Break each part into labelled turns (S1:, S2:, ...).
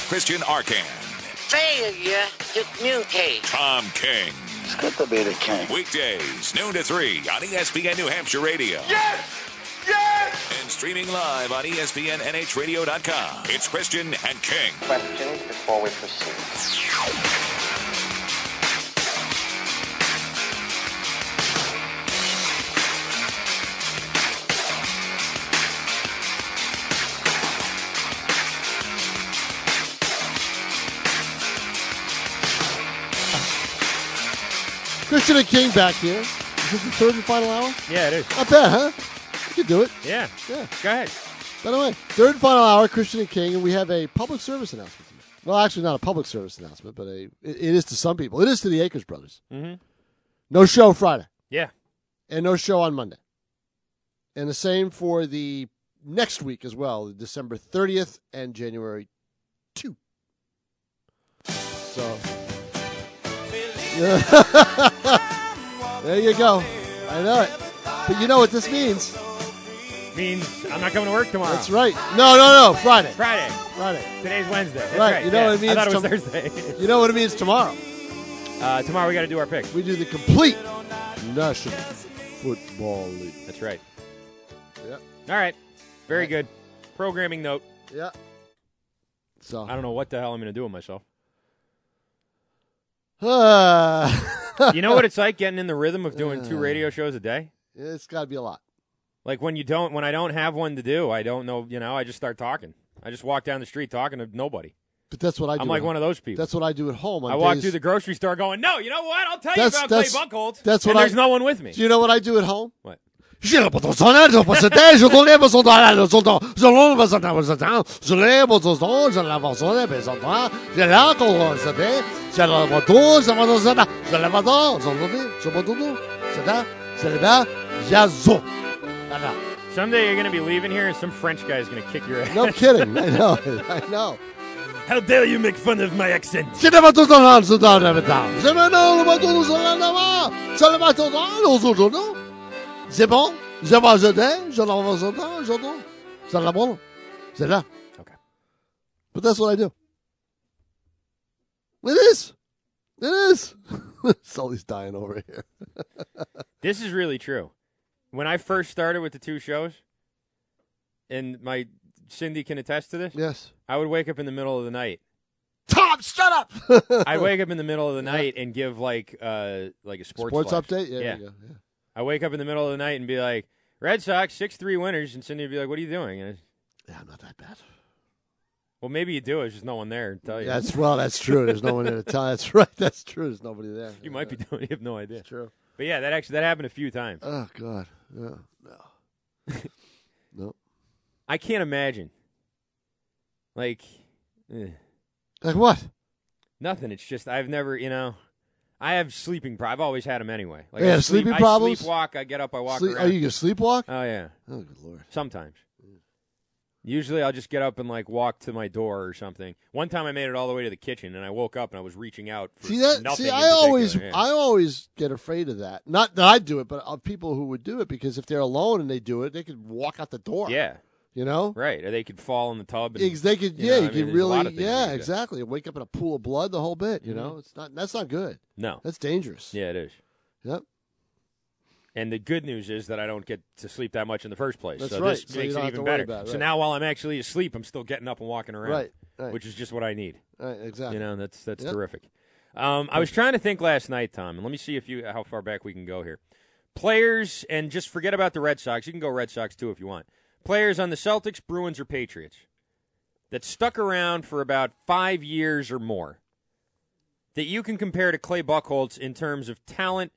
S1: Christian Arcan.
S2: Failure to communicate.
S1: Tom King.
S3: It's good to be the king.
S1: Weekdays, noon to 3 on E ESPN New Hampshire Radio.
S4: Yes! Yes!
S1: And streaming live on E ESPNNHradio.com. It's Christian and King.
S5: questions before we proceed.
S6: Christian and King back here. Is it the third and final hour?
S7: Yeah, it is.
S6: Not bad, huh? You can do it.
S7: Yeah.
S6: Yeah.
S7: Go ahead.
S6: By the way, third and final hour, Christian and King, and we have a public service announcement. To make. Well, actually, not a public service announcement, but a it, it is to some people. It is to the Akers brothers.
S7: Mhm.
S6: No show Friday,
S7: Yeah.
S6: and no show on Monday, and the same for the next week as well, December thirtieth and January two. So, there you go. I know it, but you know what this means.
S7: Means I'm not coming to work tomorrow.
S6: That's right. No, no, no. Friday.
S7: Friday.
S6: Friday.
S7: Today's Wednesday. That's
S6: Right,
S7: right.
S6: you know
S7: yeah.
S6: what it means
S7: I thought it was
S6: to-
S7: Thursday.
S6: You know what it means tomorrow.
S7: uh, tomorrow we got to do our picks.
S6: We do the complete National Football League.
S7: That's right.
S6: Yeah.
S7: All right. Very good. Programming note.
S6: Yeah. So.
S7: I don't know what the hell I'm going to do with myself.
S6: Uh,
S7: You know what it's like getting in the rhythm of doing two radio shows a day?
S6: it's got to be a lot.
S7: Like when you don't, when I don't have one to do, I don't know. You know, I just start talking. I just walk down the street talking to nobody.
S6: But that's what I do.
S7: I'm like
S6: at-
S7: one of those people.
S6: That's what I do at home. On
S7: I walk
S6: days-
S7: through the grocery store going, no, you know what? I'll tell
S6: That's-
S7: you about
S6: that's-
S7: Clay Buckholz.
S6: that's
S7: and
S6: what I-
S7: there's no one with me.
S6: Do you know what I do at home?
S7: what?
S6: hein.
S7: Someday you're going to be leaving here and some French guy's going to kick your ass.
S6: No kidding. I know. I know.
S7: How dare you make fun of my accent?
S6: C'est bon? Je vais jeter, je l'en vais jeter, je l'en- C'est la bonne. C'est là.
S7: Okay.
S6: But that's what I do. It is. It is. Sully's dying over here.
S7: This is really true. When I first started with the two shows, and my Cindy can attest to this,
S6: Yes.
S7: I would wake up in the middle of the night.
S6: Tom, shut up.
S7: I wake up in the middle of the night and give like uh like a sports,
S6: Sports
S7: flash.
S6: update? Yeah,
S7: yeah.
S6: There you go. yeah.
S7: I wake up in the middle of the night and be like, Red Sox six three winners, and Cindy would be like, "What are you doing?" And I,
S6: Yeah, I'm not that bad.
S7: well, maybe you do. It's just no one there to tell you.
S6: That's well, that's true. There's no one there to tell. That's right. That's true. There's nobody there.
S7: you might be doing. You have no idea.
S6: That's true.
S7: But yeah, that actually that happened a few times.
S6: Oh God. No. No. no.
S7: I can't imagine. Like, eh,
S6: Like what?
S7: nothing. It's just I've never, you know, I have sleeping. Pro- I've always had them anyway. Like
S6: You
S7: I
S6: have
S7: sleep,
S6: sleeping
S7: I
S6: problems?
S7: Sleepwalk. I get up. I walk
S6: Sleep-
S7: around.
S6: oh, you can sleepwalk?
S7: oh yeah.
S6: Oh, good lord.
S7: Sometimes. Usually I'll just get up and like walk to my door or something. One time I made it all the way to the kitchen and I woke up and I was reaching out for
S6: See that?
S7: nothing.
S6: See,
S7: in
S6: I
S7: particular,
S6: always,
S7: yeah.
S6: I always get afraid of that. Not that I do it, but of people who would do it because if they're alone and they do it, they could walk out the door.
S7: Yeah,
S6: You know.
S7: right. Or they could fall in the tub. And,
S6: Ex- They could,
S7: you
S6: yeah, you
S7: know, I mean,
S6: could
S7: there's a lot
S6: really,
S7: of things
S6: yeah,
S7: you could- Mm-hmm.
S6: exactly. Wake up in a pool of blood, the whole bit. You know, it's not. That's not good.
S7: No.
S6: That's dangerous.
S7: Yeah, it is.
S6: Yep.
S7: And the good news is that I don't get to sleep that much in the first place.
S6: That's
S7: so
S6: right.
S7: this
S6: So you
S7: makes
S6: don't
S7: it
S6: have to
S7: even
S6: worry
S7: better.
S6: about it,
S7: So
S6: right.
S7: now while I'm actually asleep, I'm still getting up and walking around.
S6: Right, right.
S7: Which is just what I need.
S6: Right, exactly.
S7: You know, that's that's
S6: Yep.
S7: terrific. Um, I was trying to think last night, Tom, and let me see if you how far back we can go here. Players, and just forget about the Red Sox. You can go Red Sox too if you want. Players on the Celtics, Bruins, or Patriots that stuck around for about five years or more that you can compare to Clay Buckholz in terms of talent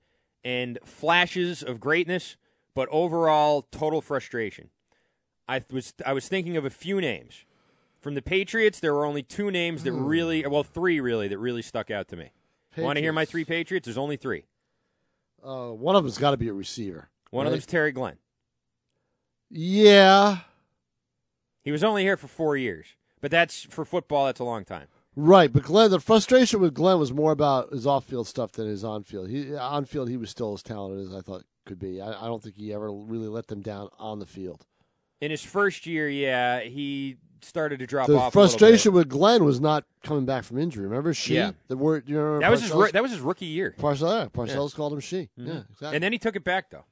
S7: and flashes of greatness, but overall total frustration. I th- was I was thinking of a few names. From the Patriots, there were only two names
S6: Hmm.
S7: that really, well, three really that really stuck out to me. Want to hear my three
S6: Patriots.
S7: Patriots? There's only three.
S6: Uh, one of them's got to be a receiver.
S7: One of
S6: right?
S7: them's Terry Glenn.
S6: Yeah.
S7: He was only here for four years, but that's for football. That's a long time.
S6: Right, but Glenn, the frustration with Glenn was more about his off-field stuff than his on-field. He on-field, he was still as talented as I thought could be. I, I don't think he ever really let them down on the field.
S7: In his first year, yeah, he started to drop
S6: The
S7: off. a little bit.
S6: frustration with Glenn was not coming back from injury. Remember she?
S7: Yeah.
S6: The word you remember
S7: that was his
S6: Parcells?
S7: ro- that was Mm-hmm. his rookie year,
S6: Parcells, yeah, Parcells called him she. Yeah, exactly.
S7: and then he took it back though.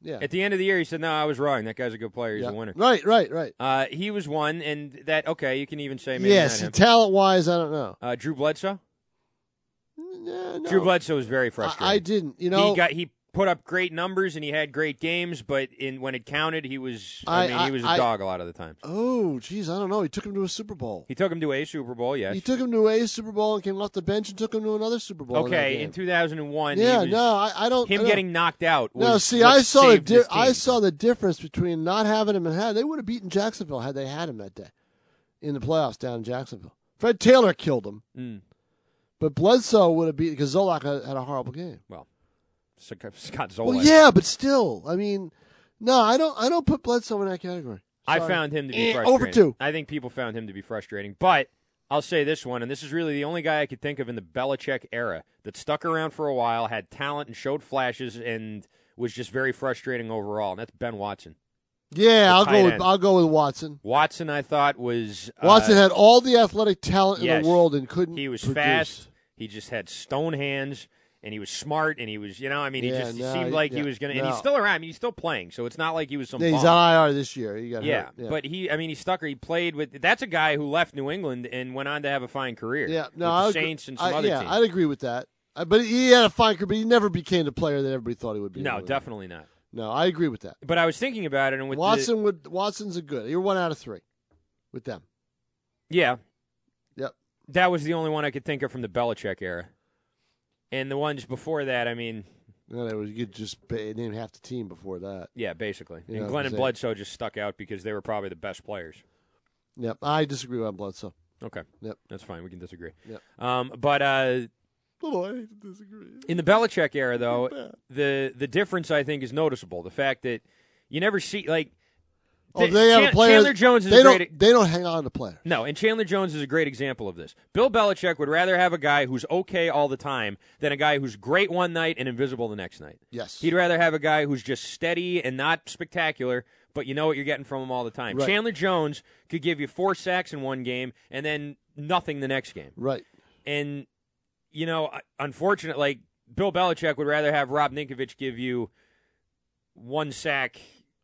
S6: yeah.
S7: At the end of the year, he said, "No, I was wrong. That guy's a good player. He's
S6: yeah.
S7: a winner."
S6: Right, right, right.
S7: Uh, he was one, and that okay. You can even say maybe
S6: yes,
S7: not him.
S6: talent wise, I don't know.
S7: uh, Drew Bledsoe.
S6: Yeah, no.
S7: Drew Bledsoe was very
S6: I,
S7: frustrating.
S6: I didn't. You know,
S7: he got he put up great numbers and he had great games, but in when it counted, he was I,
S6: I-
S7: mean
S6: I-
S7: he was a
S6: I-
S7: dog a lot of the time.
S6: oh, geez, I don't know. He took him to a Super Bowl.
S7: He took him to a Super Bowl, yes.
S6: He took him to a Super Bowl and came off the bench and took him to another Super Bowl. in that
S7: okay,
S6: game.
S7: in 2001, he
S6: yeah,
S7: was-
S6: no, I, I don't. I
S7: him
S6: don't-
S7: getting knocked out. Was
S6: No, see,
S7: what
S6: I saw the
S7: saved
S6: di-
S7: this
S6: I
S7: team.
S6: saw the difference between not having him and had. They would have beaten Jacksonville had they had him that day in the playoffs down in Jacksonville. Fred Taylor killed him,
S7: Mm.
S6: but Bledsoe would have beat because Zolak had, had a horrible game.
S7: Scott Zolak.
S6: Well, yeah, but still, I mean, no, I don't. I don't put Bledsoe in that category.
S7: I
S6: Sorry.
S7: found him to be
S6: Eh,
S7: frustrating.
S6: over two.
S7: I think people found him to be frustrating. But I'll say this one, and this is really the only guy I could think of in the Belichick era that stuck around for a while, had talent and showed flashes, and was just very frustrating overall. And that's Ben Watson.
S6: Yeah, I'll
S7: tight
S6: go. With,
S7: end.
S6: I'll go with Watson.
S7: Watson, I thought was uh,
S6: Watson had all the athletic talent
S7: yes.
S6: in the world and couldn't.
S7: he was
S6: produce.
S7: fast. He just had stone hands, and he was smart, and he was you know I mean he
S6: Yeah,
S7: just
S6: no,
S7: seemed like he
S6: yeah,
S7: was gonna. And
S6: no.
S7: he's still around. I mean, he's still playing, so it's not like he was some.
S6: Yeah, he's
S7: bum.
S6: on IR this year. He got
S7: Yeah,
S6: hurt. Yeah,
S7: but he, I mean, he stuck. He played with. That's a guy who left New England and went on to have a fine career.
S6: Yeah,
S7: with
S6: no,
S7: the
S6: I agree-
S7: Saints and some
S6: I-
S7: other
S6: yeah,
S7: teams.
S6: I'd agree with that. I, but he had a fine career, but he never became the player that everybody thought he would be.
S7: no, definitely not.
S6: No, I agree with that.
S7: But I was thinking about it, and with the-
S6: Watson would Watson's a good. You're one out of three with them.
S7: yeah,
S6: Yep.
S7: that was the only one I could think of from the Belichick era, and the ones before that. I mean,
S6: No, they were- you could just ba- name half the team before that.
S7: yeah, basically.
S6: You know,
S7: and Glenn and
S6: say-
S7: Bledsoe just stuck out because they were probably the best players.
S6: Yep, I disagree on Bledsoe.
S7: Okay,
S6: Yep.
S7: that's fine. We can disagree.
S6: Yep.
S7: Um, but uh,
S6: Well, Oh, I disagree.
S7: In the Belichick era, though, the the difference I think is noticeable. The fact that you never see like
S6: Oh, they have
S7: Chan-
S6: a player.
S7: Chandler Jones is
S6: they
S7: a
S6: don't.
S7: great. e-,
S6: They don't hang on to players.
S7: No, and Chandler Jones is a great example of this. Bill Belichick would rather have a guy who's okay all the time than a guy who's great one night and invisible the next night.
S6: Yes.
S7: He'd rather have a guy who's just steady and not spectacular, but you know what you're getting from him all the time.
S6: Right.
S7: Chandler Jones could give you four sacks in one game and then nothing the next game.
S6: right.
S7: And you know, unfortunately, like Bill Belichick would rather have Rob Ninkovich give you one sack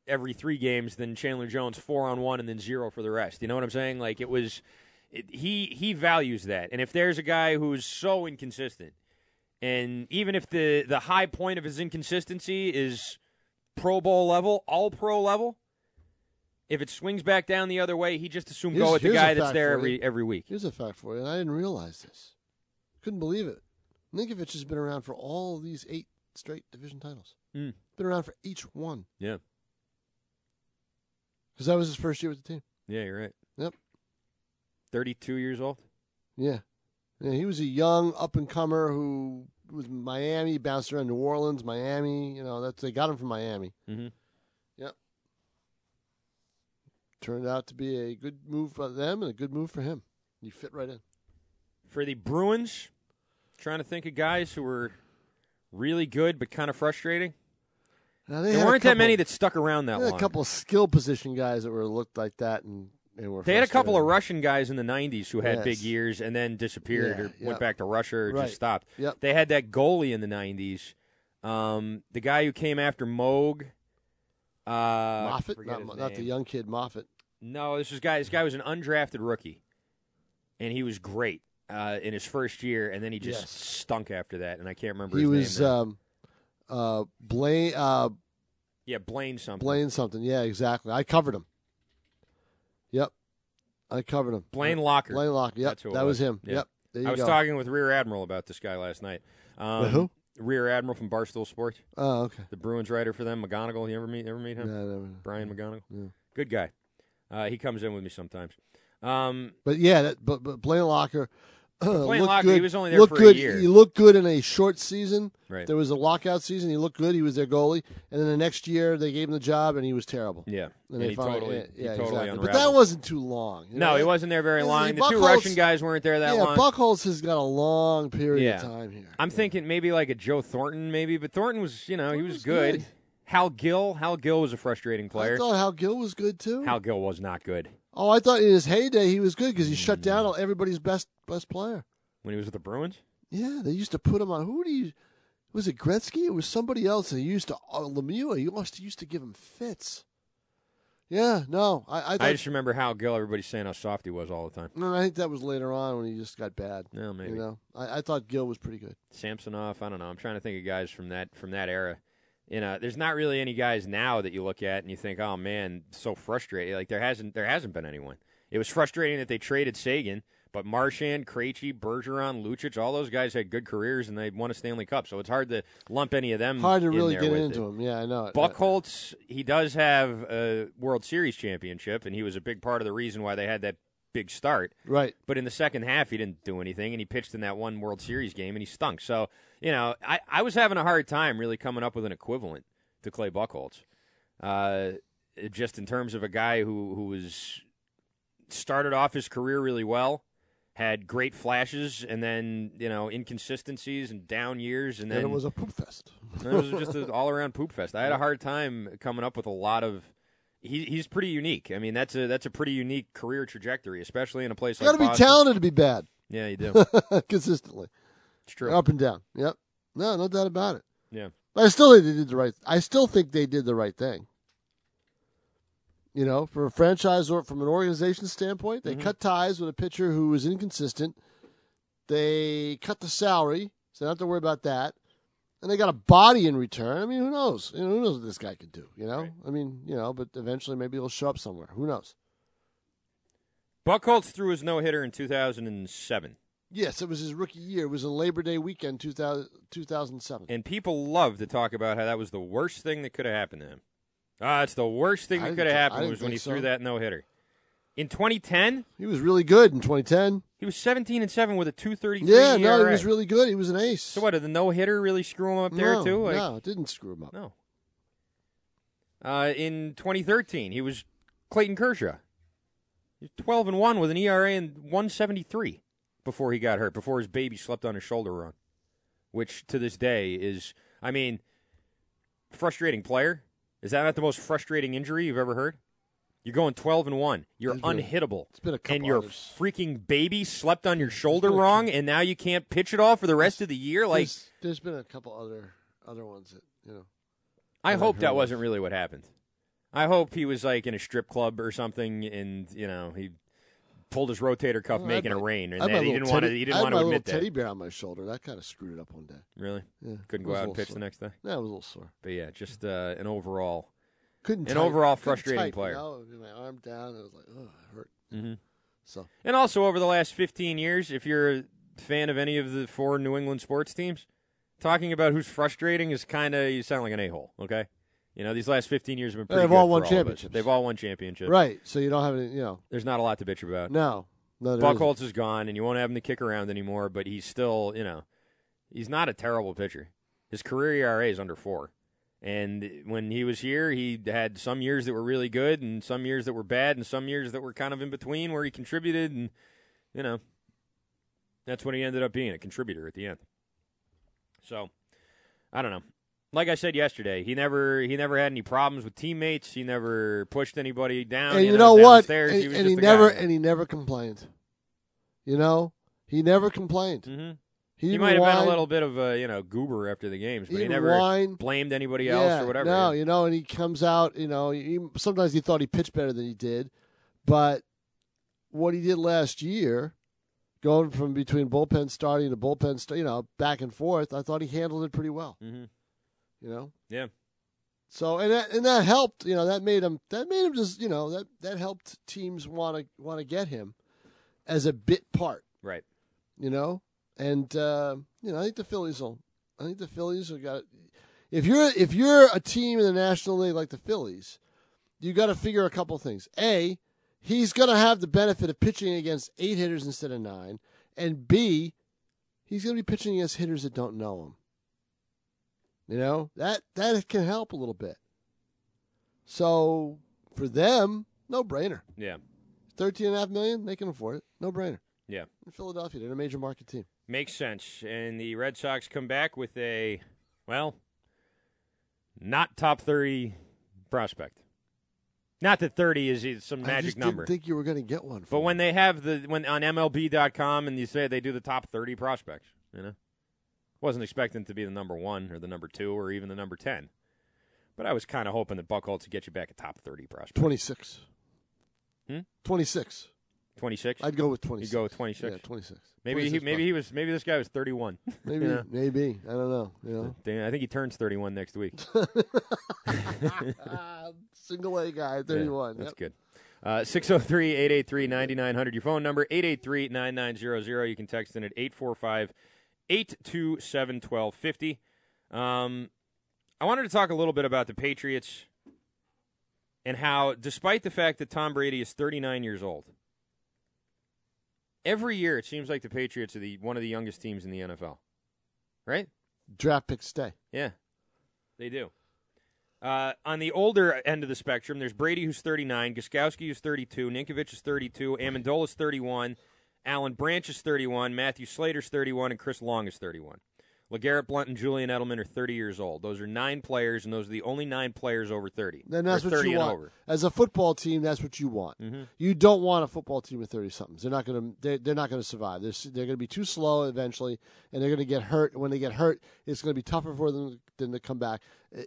S7: every three games than Chandler Jones four on one and then zero for the rest. You know what I'm saying? Like it was, it, he he values that. And if there's a guy who's so inconsistent, and even if the the high point of his inconsistency is Pro Bowl level, All Pro level. If it swings back down the other way, he just assume go
S6: Here's-
S7: with the
S6: here's a
S7: guy that's
S6: fact
S7: there
S6: for
S7: every
S6: you.
S7: every week.
S6: Here's a fact for you, and I didn't realize this. Couldn't believe it. Ninkovich has been around for all these eight straight division titles.
S7: Mm.
S6: Been around for each one
S7: Yeah,
S6: because that was his first year with the team.
S7: yeah, you're right.
S6: Yep.
S7: 32 years old.
S6: Yeah. Yeah, he was a young up and comer who was in Miami, bounced around New Orleans, Miami. You know, that's they got him from Miami.
S7: Mhm.
S6: Yep. Turned out to be a good move for them and a good move for him. He fit right in.
S7: For the Bruins, trying to think of guys who were really good but kind of frustrating.
S6: Now, they
S7: There
S6: had a
S7: weren't that
S6: couple-
S7: many that stuck around that
S6: They had a
S7: long.
S6: couple of skill position guys that were looked like that and, and were
S7: they had a couple of
S6: frustrated.
S7: Russian guys in the 90s who had
S6: Yes.
S7: big years and then disappeared
S6: Yeah,
S7: or
S6: yeah.
S7: went back to Russia or
S6: Right.
S7: just stopped.
S6: Yep.
S7: They had that goalie in the 90s. Um, the guy who came after Moog. Uh,
S6: Moffat,
S7: forget
S6: not,
S7: his
S6: Mo- not the
S7: name.
S6: young kid Moffat.
S7: No, this was guy. This guy was an undrafted rookie, and he was great uh, in his first year, and then he just
S6: Yes.
S7: stunk after that. And I can't remember.
S6: He
S7: his
S6: was
S7: name now.
S6: um, uh, Blaine uh,
S7: yeah, Blaine something.
S6: Blaine something. Yeah, exactly. I covered him. Yep, I covered him.
S7: Blaine
S6: Yep.
S7: Locker.
S6: Blaine Lock. Yep,
S7: That's who it
S6: that was
S7: was.
S6: him.
S7: Yeah.
S6: Yep. There you
S7: I was
S6: go.
S7: talking with Rear Admiral about this guy last night. Um,
S6: The who?
S7: Rear Admiral from Barstool Sports,
S6: Oh, okay.
S7: the Bruins writer for them. McGonigal. You ever meet? Ever meet
S6: No,
S7: him?
S6: never mind.
S7: Brian McGonigal.
S6: Yeah.
S7: Good guy. Uh, he comes in with me sometimes. Um,
S6: But yeah, that, but, but Blaine Locker. looked
S7: Locker, he
S6: good.
S7: was only there
S6: looked
S7: for a
S6: good.
S7: year.
S6: He looked good in a short season.
S7: Right.
S6: There was a lockout season. He looked good. He was their goalie. And then the next year, they gave him the job, and he was terrible.
S7: yeah,
S6: And, they
S7: he
S6: finally,
S7: totally,
S6: yeah,
S7: he
S6: yeah,
S7: totally
S6: exactly.
S7: unraveled.
S6: But that wasn't too long. you
S7: no,
S6: know?
S7: he wasn't there very
S6: Yeah,
S7: long. The two
S6: Buckholz-
S7: Russian guys weren't there that
S6: yeah,
S7: long.
S6: Buckholz has got a long period of
S7: Yeah.
S6: time here.
S7: I'm thinking maybe like a Joe Thornton, maybe, but Thornton was, you know, he was,
S6: was
S7: good.
S6: good.
S7: Hal Gill, Hal Gill was a frustrating
S6: I
S7: player.
S6: thought Hal Gill was good too.
S7: Hal Gill was not good.
S6: Oh, I thought in his heyday he was good because he shut down all- everybody's best best player.
S7: when he was with the Bruins?
S6: Yeah, they used to put him on. Who do you? Was it Gretzky? It was somebody else. They used to uh, Lemieux. He used to used to give him fits. Yeah, no, I I, thought,
S7: I just remember how Gill, everybody's saying how soft he was all the time.
S6: no, I think that was later on when he just got bad.
S7: No, maybe.
S6: You know, I, I thought Gill was pretty good.
S7: Samsonov. I don't know. I'm trying to think of guys from that from that era. You know, there's not really any guys now that you look at and you think, oh man, so frustrating. Like there hasn't there hasn't been anyone. It was frustrating that they traded Sagan, but Marchand, Krejci, Bergeron, Lucic, all those guys had good careers and they won a Stanley Cup. So it's hard to lump any of them.
S6: Hard to
S7: in
S6: really
S7: there
S6: get
S7: with
S6: into
S7: it.
S6: him. Yeah, I know. it.
S7: Buckholtz, he does have a World Series championship, and he was a big part of the reason why they had that big start.
S6: right?
S7: But in the second half, he didn't do anything, and he pitched in that one World Series game, and he stunk. So, you know, I, I was having a hard time really coming up with an equivalent to Clay Buckholz, uh, it- just in terms of a guy who who was started off his career really well, had great flashes, and then you know inconsistencies and down years, and
S6: And
S7: then
S6: it was a poop fest.
S7: it was just an all around poop fest. I had a hard time coming up with a lot of. He, he's pretty unique. I mean, that's a that's a pretty unique career trajectory, especially in a place
S6: You
S7: like
S6: got to be
S7: Boston.
S6: talented to be bad
S7: Yeah, you do.
S6: consistently.
S7: It's true.
S6: Up and down. Yep. No, no doubt about it.
S7: Yeah.
S6: But I still think they did the right. I still think they did the right thing. You know, for a franchise or from an organization standpoint,
S7: Mm-hmm.
S6: they cut ties with a pitcher who was inconsistent. They cut the salary, so they don't have to worry about that. And they got a body in return. I mean, who knows? You know, who knows what this guy could do? You know, I mean, you know, but eventually maybe he'll show up somewhere. Who knows?
S7: Buckholz threw his no hitter in 2007,
S6: Yes, it was his rookie year. It was in Labor Day weekend, 2000, 2007.
S7: and people love to talk about how that was the worst thing that could have happened to him. Ah, it's the worst thing
S6: I
S7: that
S6: didn't
S7: could have
S6: thi- I
S7: happened
S6: didn't
S7: was when
S6: think
S7: he
S6: so.
S7: threw that no hitter. In 2010,
S6: He was really good in 2010.
S7: he was 17 and seven with a 2.33
S6: Yeah, no, he
S7: ERA.
S6: was really good. He was an ace.
S7: E so what? Did the no hitter really screw him up there
S6: no,
S7: too? Like,
S6: no, it didn't screw him up.
S7: No. Uh, in 2013, he was Clayton Kershaw. He was 12 and 1 with an ERA in 173 before he got hurt, before his baby slept on his shoulder run, which to this day is, I mean, frustrating player. Is that not the most frustrating injury you've ever heard? You're going 12 and 1. You're
S6: It's been a-
S7: unhittable.
S6: it's been a couple
S7: and your
S6: others.
S7: freaking baby slept on your shoulder
S6: been a
S7: wrong and now you can't pitch at all for the rest of the year like
S6: there's, there's been a couple other other ones that you know.
S7: I
S6: I've
S7: hope
S6: heard
S7: that
S6: of.
S7: wasn't really what happened. I hope he was like in a strip club or something, and you know he pulled his rotator cuff
S6: Well, I
S7: making
S6: had
S7: it
S6: my-
S7: rain, and
S6: I had my
S7: that
S6: little
S7: he didn't
S6: teddy-
S7: want to. He
S6: I
S7: didn't
S6: had
S7: want to
S6: my little
S7: admit
S6: teddy
S7: that.
S6: bear on my shoulder. That kind of screwed it up one day.
S7: Really,
S6: Yeah, it
S7: couldn't go
S6: was a
S7: out and
S6: little
S7: pitch the
S6: sore.
S7: next day.
S6: That was a little sore.
S7: But yeah, just uh, an overall.
S6: Couldn't
S7: An
S6: tight-
S7: overall
S6: couldn't
S7: frustrating
S6: tight,
S7: player.
S6: You know? With My arm down. It was like, oh, it hurt.
S7: Mhm.
S6: So
S7: And also over the last 15 years, if you're a fan of any of the four New England sports teams, talking about who's frustrating is kind of you sound like an a-hole. Okay, you know these last 15 years have been pretty
S6: They've
S7: good
S6: all
S7: for
S6: won
S7: us.
S6: championships.
S7: They've all won championships.
S6: right, so you don't have any. You know,
S7: There's not a lot to bitch about.
S6: no, no. there isn't.
S7: Buckholz is gone, and you won't have him to kick around anymore. But he's still, you know, he's not a terrible pitcher. His career ERA is under four, and when he was here, he had some years that were really good, and some years that were bad, and some years that were kind of in between where he contributed, and you know, that's what he ended up being—a contributor at the end. So, I don't know. Like I said yesterday, he never he never had any problems with teammates. He never pushed anybody down.
S6: and you know what?
S7: downstairs.
S6: and
S7: he, was
S6: and
S7: just
S6: he
S7: a
S6: never
S7: guy.
S6: and he never complained. You know, he never complained.
S7: Mhm.
S6: He,
S7: He
S6: didn't
S7: might have been a
S6: whine.
S7: little bit of a you know goober after the games, but he,
S6: Even
S7: never
S6: wine.
S7: blamed anybody else or whatever.
S6: No, you know, and he comes out. You know, he, sometimes he thought he pitched better than he did, but what he did last year, going from between bullpen starting to bullpen, st- you know, back and forth, I thought he handled it pretty well.
S7: Mhm.
S6: You know,
S7: Yeah.
S6: So and that and that helped. You know, that made him. That made him just. You know, that that helped teams want to want to get him as a bit part
S7: right.
S6: you know. And uh, you know, I think the Phillies will. I think the Phillies have got. If you're if you're a team in the National League like the Phillies, you got to figure a couple things. A, he's going to have the benefit of pitching against eight hitters instead of nine, and B, he's going to be pitching against hitters that don't know him. You know that that can help a little bit. So for them, no brainer.
S7: Yeah,
S6: Thirteen and a half million, they can afford it. No brainer.
S7: yeah,
S6: In Philadelphia, they're a major market team.
S7: makes sense. And the Red Sox come back with a well, not top thirty prospect. Not that 30 is is some magic
S6: I just
S7: number.
S6: didn't think you were going to get one.
S7: But
S6: from
S7: when
S6: me.
S7: they have the when on MLB.com and you say they do the top thirty prospects, you know, wasn't expecting to be the number one or the number two or even the number ten, but I was kind of hoping that Buckholz would get you back a top thirty prospect.
S6: 26.
S7: Hmm?
S6: 26.
S7: Twenty six.
S6: I'd go with 26.
S7: go with 26?
S6: Yeah, 26.
S7: Maybe he
S6: 26
S7: maybe he was maybe this guy was thirty one.
S6: Maybe,
S7: Yeah.
S6: maybe. I don't know. You know?
S7: Damn, I think he turns thirty one next week.
S6: Ah, single A guy,
S7: Yeah,
S6: 31.
S7: that's
S6: Yep.
S7: good. Uh, 603-883-9900 your phone number 883-9900 you can text in at 845-827-1250 um, i wanted to talk a little bit about the patriots and how despite the fact that tom brady is 39 years old every year it seems like the patriots are the one of the youngest teams in the nfl right
S6: Draft pick stay.
S7: yeah, they do. Uh, on the older end of the spectrum, there's Brady, who's 39, Guskowski, who's 32, Ninkovich is 32, Amendola's 31, Alan Branch is 31, Matthew Slater's 31, and Chris Long is 31. LeGarrette Blunt and Julian Edelman are 30 years old. Those are nine players, and those are the only nine players over 30.
S6: Then that's
S7: or
S6: what
S7: 30
S6: you
S7: and
S6: want.
S7: over.
S6: As a football team, that's what you want.
S7: Mhm.
S6: You don't want a football team with 30 somethings. They're not going to they're, they're not going to survive. They're, s- they're going to be too slow eventually and they're going to get hurt. When they get hurt, it's going to be tougher for them than to come back uh,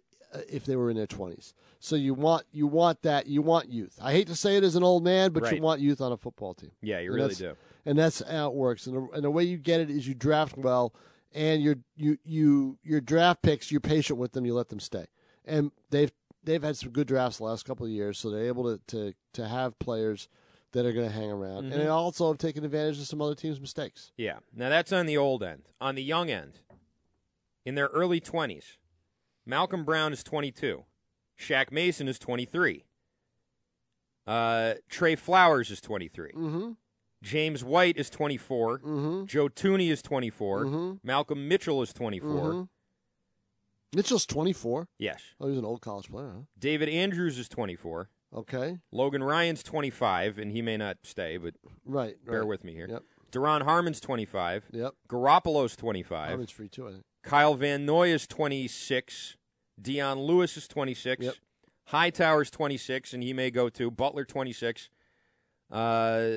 S6: if they were in their 20s. So you want you want that. You want youth. I hate to say it as an old man, but
S7: Right.
S6: you want youth on a football team.
S7: Yeah, you
S6: And
S7: really do.
S6: that's- And that's how it works. And the, and the way you get it is you draft well, and your you you your draft picks. You're patient with them. You let them stay. And they've they've had some good drafts the last couple of years, so they're able to to, to have players that are going to hang around,
S7: Mm-hmm.
S6: and they also have taken advantage of some other teams' mistakes.
S7: Yeah. Now that's on the old end. On the young end, in their early 20s, Malcolm Brown is 22. Shaq Mason is 23. Uh, Trey Flowers is 23.
S6: Mm-hmm.
S7: James White is 24.
S6: Mm-hmm.
S7: Joe Tooney is 24.
S6: Mhm.
S7: Malcolm Mitchell is 24.
S6: Mhm. Mitchell's 24.
S7: Yes.
S6: Oh, he's an old college player. Huh?
S7: David Andrews is 24.
S6: Okay,
S7: Logan Ryan's 25, and he may not stay, but
S6: right.
S7: bear
S6: right.
S7: with me here.
S6: Yep.
S7: Daron Harmon's 25.
S6: Yep.
S7: Garoppolo's 25.
S6: Harmon's free too. I think.
S7: Kyle Van Noy is 26. Dion Lewis is 26.
S6: Yep.
S7: Hightower's 26, and he may go to Butler 26. Uh,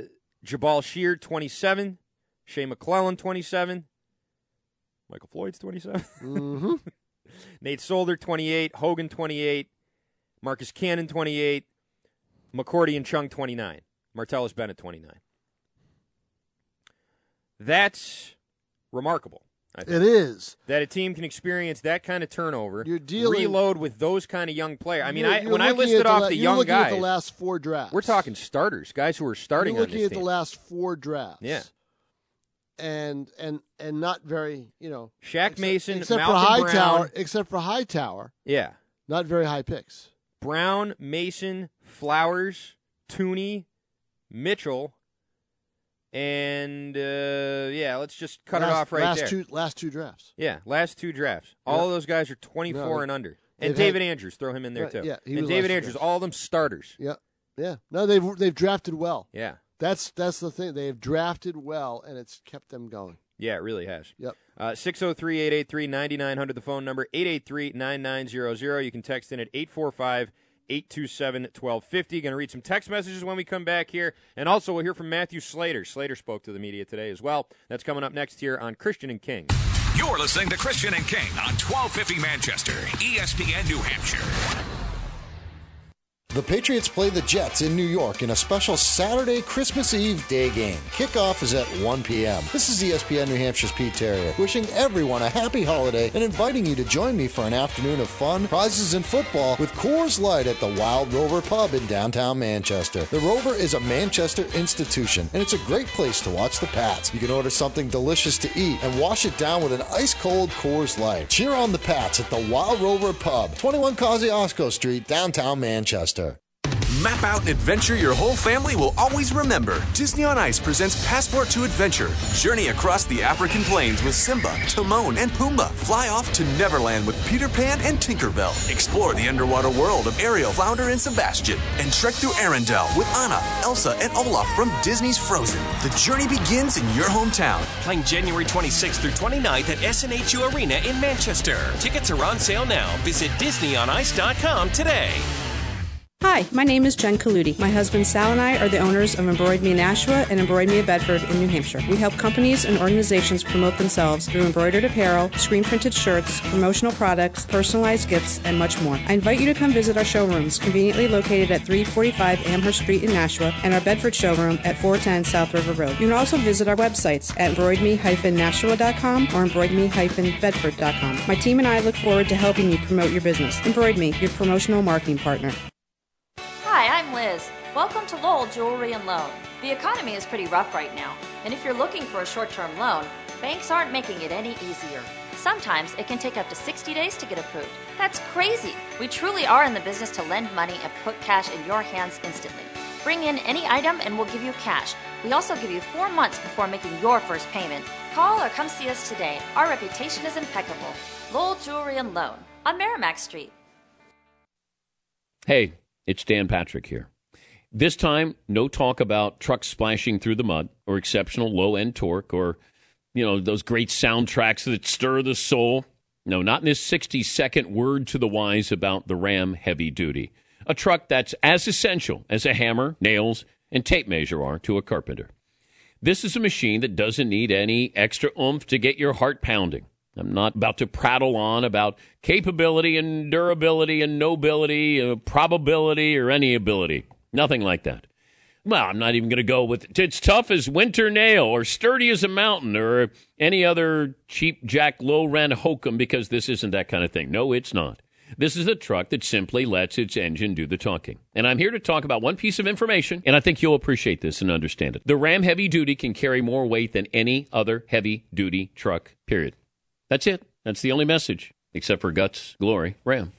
S7: Jabal Sheard 27. Shea McClellan 27. Michael Floyd's 27.
S6: Mm-hmm.
S7: Nate Solder 28. Hogan 28. Marcus Cannon 28. McCordy and Chung 29. Martellus Bennett 29. That's remarkable. I think
S6: it is.
S7: that a team can experience that kind of turnover,
S6: You're dealing-
S7: reload with those kind of young players. I mean,
S6: You're-
S7: I
S6: you're
S7: when I
S6: looking
S7: listed
S6: at
S7: off
S6: la-
S7: the
S6: you're
S7: young
S6: looking at
S7: guys,
S6: the last four drafts.
S7: we're talking starters, guys who are starting
S6: You're
S7: on
S6: looking
S7: this
S6: at
S7: team.
S6: the last four drafts.
S7: Yeah.
S6: And and and not very, you know,
S7: Shaq Mason,
S6: except
S7: Malcolm
S6: for
S7: Brown,
S6: Hightower, except for Hightower,
S7: yeah,
S6: not very high picks.
S7: Brown, Mason, Flowers, Tooney, Mitchell, and uh, yeah, let's just cut
S6: last,
S7: it off right
S6: last
S7: there.
S6: Two, last two drafts.
S7: Yeah, last two drafts. All
S6: Yeah.
S7: of those guys are 24
S6: No, they-
S7: and under. And
S6: they've had-
S7: David Andrews, throw him in there
S6: Right,
S7: too.
S6: yeah, he
S7: and
S6: was
S7: David
S6: last
S7: Andrews,
S6: draft.
S7: all of them starters.
S6: Yeah, yeah. No, they've they've drafted well.
S7: Yeah.
S6: That's that's the thing. They have drafted well, and it's kept them going.
S7: Yeah, it really has.
S6: Yep.
S7: Uh, 603-883-9900, the phone number, 883-9900. You can text in at 845-827-1250. Going to read some text messages when we come back here. And also, we'll hear from Matthew Slater. Slater spoke to the media today as well. That's coming up next here on Christian and King.
S1: You're listening to Christian and King on 1250 Manchester, E ESPN New Hampshire.
S3: The Patriots play the Jets in New York in a special Saturday Christmas Eve day game. Kickoff is at 1 p.m. This is E ESPN New Hampshire's Pete Terrier, wishing everyone a happy holiday and inviting you to join me for an afternoon of fun, prizes, and football with Coors Light at the Wild Rover Pub in downtown Manchester. The Rover is a Manchester institution, and it's a great place to watch the Pats. You can order something delicious to eat and wash it down with an ice cold Coors Light. Cheer on the Pats at the Wild Rover Pub, 21 Kosciuszko Street, downtown Manchester.
S8: Map out an adventure your whole family will always remember. Disney on Ice presents Passport to Adventure. Journey across the African plains with Simba, Timon, and Pumbaa. Fly off to Neverland with Peter Pan and Tinkerbell. Explore the underwater world of Ariel, Flounder, and Sebastian. And trek through Arendelle with Anna, Elsa, and Olaf from Disney's Frozen. The journey begins in your hometown.
S9: Playing January 26th through 29th at SNHU Arena in Manchester. Tickets are on sale now. Visit DisneyOnIce.com today.
S10: Hi, my name is Jen Kaludi. My husband Sal and I are the owners of Embroid Me in Nashua and Embroid Me in Bedford in New Hampshire. We help companies and organizations promote themselves through embroidered apparel, screen printed shirts, promotional products, personalized gifts, and much more. I invite you to come visit our showrooms, conveniently located at 345 Amherst Street in Nashua and our Bedford showroom at 410 South River Road. You can also visit our websites at embroidme-nashua.com or embroidme-bedford.com. My team and I look forward to helping you promote your business. Embroid Me, your promotional marketing partner.
S11: Hi, I'm Liz. Welcome to Lowell Jewelry and Loan. The economy is pretty rough right now, and if you're looking for a short term loan, banks aren't making it any easier. Sometimes it can take up to 60 days to get approved. That's crazy! We truly are in the business to lend money and put cash in your hands instantly. Bring in any item and we'll give you cash. We also give you four months before making your first payment. Call or come see us today. Our reputation is impeccable. Lowell Jewelry and Loan on Merrimack Street.
S12: Hey, it's Dan Patrick here. This time, no talk about trucks splashing through the mud or exceptional low end torque or, you know, those great soundtracks that stir the soul. No, not in this 60 second word to the wise about the Ram Heavy Duty, a truck that's as essential as a hammer, nails, and tape measure are to a carpenter. This is a machine that doesn't need any extra oomph to get your heart pounding. I'm not about to prattle on about capability and durability and nobility, uh, probability or any ability. Nothing like that. Well, I'm not even going to go with it's tough as winter nail or sturdy as a mountain or any other cheap jack low rent hokum because this isn't that kind of thing. No, it's not. This is a truck that simply lets its engine do the talking. And I'm here to talk about one piece of information, and I think you'll appreciate this and understand it. The Ram Heavy Duty can carry more weight than any other heavy duty truck, period. That's it. That's the only message, except for guts, glory, ram.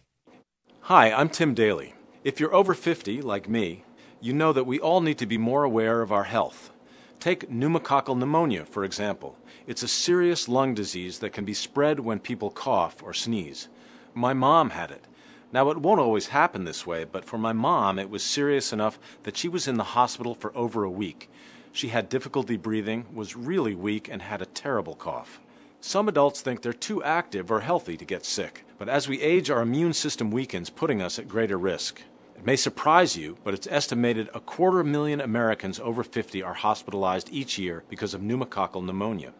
S13: Hi, I'm Tim Daly. If you're over 50, like me, you know that we all need to be more aware of our health. Take pneumococcal pneumonia, for example. It's a serious lung disease that can be spread when people cough or sneeze. My mom had it. Now, it won't always happen this way, but for my mom, it was serious enough that she was in the hospital for over a week. She had difficulty breathing, was really weak, and had a terrible cough. Some adults think they're too active or healthy to get sick, but as we age, our immune system weakens, putting us at greater risk. It may surprise you, but it's estimated a quarter million Americans over 50 are hospitalized each year because of pneumococcal pneumonia.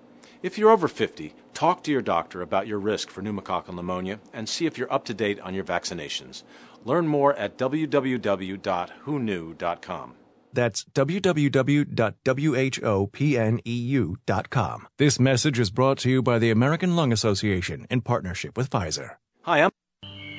S13: If you're over 50, talk to your doctor about your risk for pneumococcal pneumonia and see if you're up to date on your vaccinations. Learn more at www.whoknew.com.
S14: That's www.whopneu.com. This message is brought to you by the American Lung Association in partnership with Pfizer.
S13: Hi, I'm.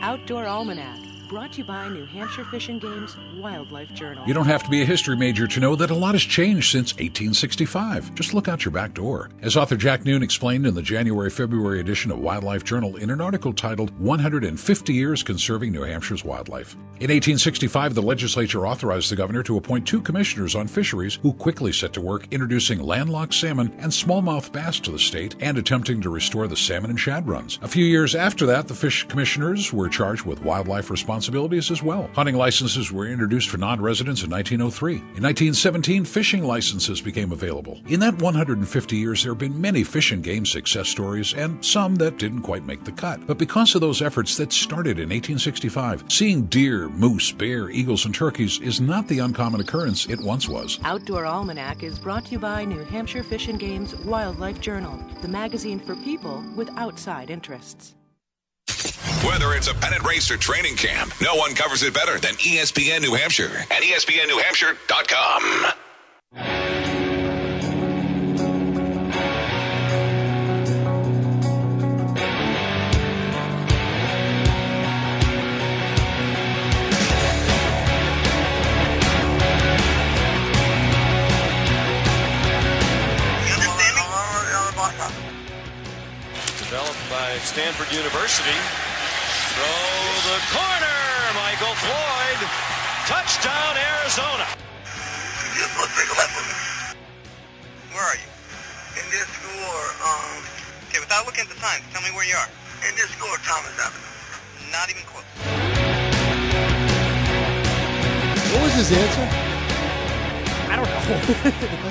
S15: Outdoor Almanac, brought to you by New Hampshire Fish and Game's Wildlife Journal.
S16: You don't have to be a history major to know that a lot has changed since 1865. Just look out your back door. As author Jack Noon explained in the January February edition of Wildlife Journal in an article titled 150 Years Conserving New Hampshire's Wildlife. In 1865, the legislature authorized the governor to appoint two commissioners on fisheries who quickly set to work introducing landlocked salmon and smallmouth bass to the state and attempting to restore the salmon and shad runs. A few years after that, the fish commissioners were charged with wildlife responsibilities as well. Hunting licenses were introduced for non residents in 1903. In 1917, fishing licenses became available. In that 150 years, there have been many fish and game success stories and some that didn't quite make the cut. But because of those efforts that started in 1865, seeing deer, moose, bear, eagles, and turkeys is not the uncommon occurrence it once was.
S15: Outdoor Almanac is brought to you by New Hampshire Fish and Game's Wildlife Journal, the magazine for people with outside interests.
S1: Whether it's a pennant race or training camp, no one covers it better than E ESPN New Hampshire at E ESPNNewHampshire.com.
S17: Developed by Stanford University. Throw the corner, Michael Floyd. Touchdown, Arizona.
S18: Where are you? In this school or, um, okay, without looking at the signs, tell me where you are. In this school or Thomas Avenue? Not even close.
S6: What was his answer?
S7: I don't know.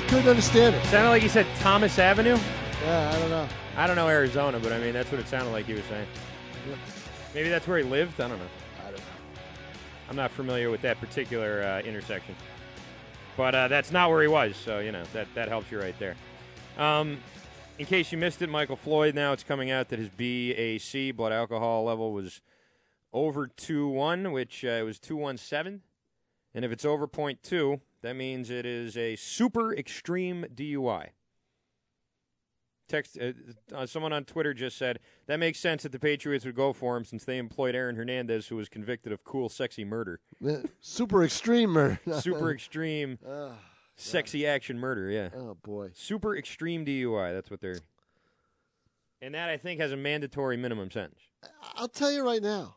S6: I couldn't understand it.
S7: Sounded like he said Thomas Avenue.
S6: Yeah, I don't know.
S7: I don't know Arizona, but I mean that's what it sounded like he was saying. Maybe that's where he lived. I don't know. I don't know. I'm not familiar with that particular uh, intersection, but uh, that's not where he was. So you know that that helps you right there. Um, in case you missed it, Michael Floyd. Now it's coming out that his BAC blood alcohol level was over two one, which uh, was two one seven, and if it's over point two, that means it is a super extreme DUI. Text uh, uh, someone on Twitter just said that makes sense that the Patriots would go for him since they employed Aaron Hernandez, who was convicted of cool, sexy murder,
S6: Uh, Super extreme Uh, murder.
S7: super extreme, sexy action murder. Yeah.
S6: Oh boy.
S7: Super extreme DUI. That's what they're. And that I think has a mandatory minimum sentence.
S6: I'll tell you right now.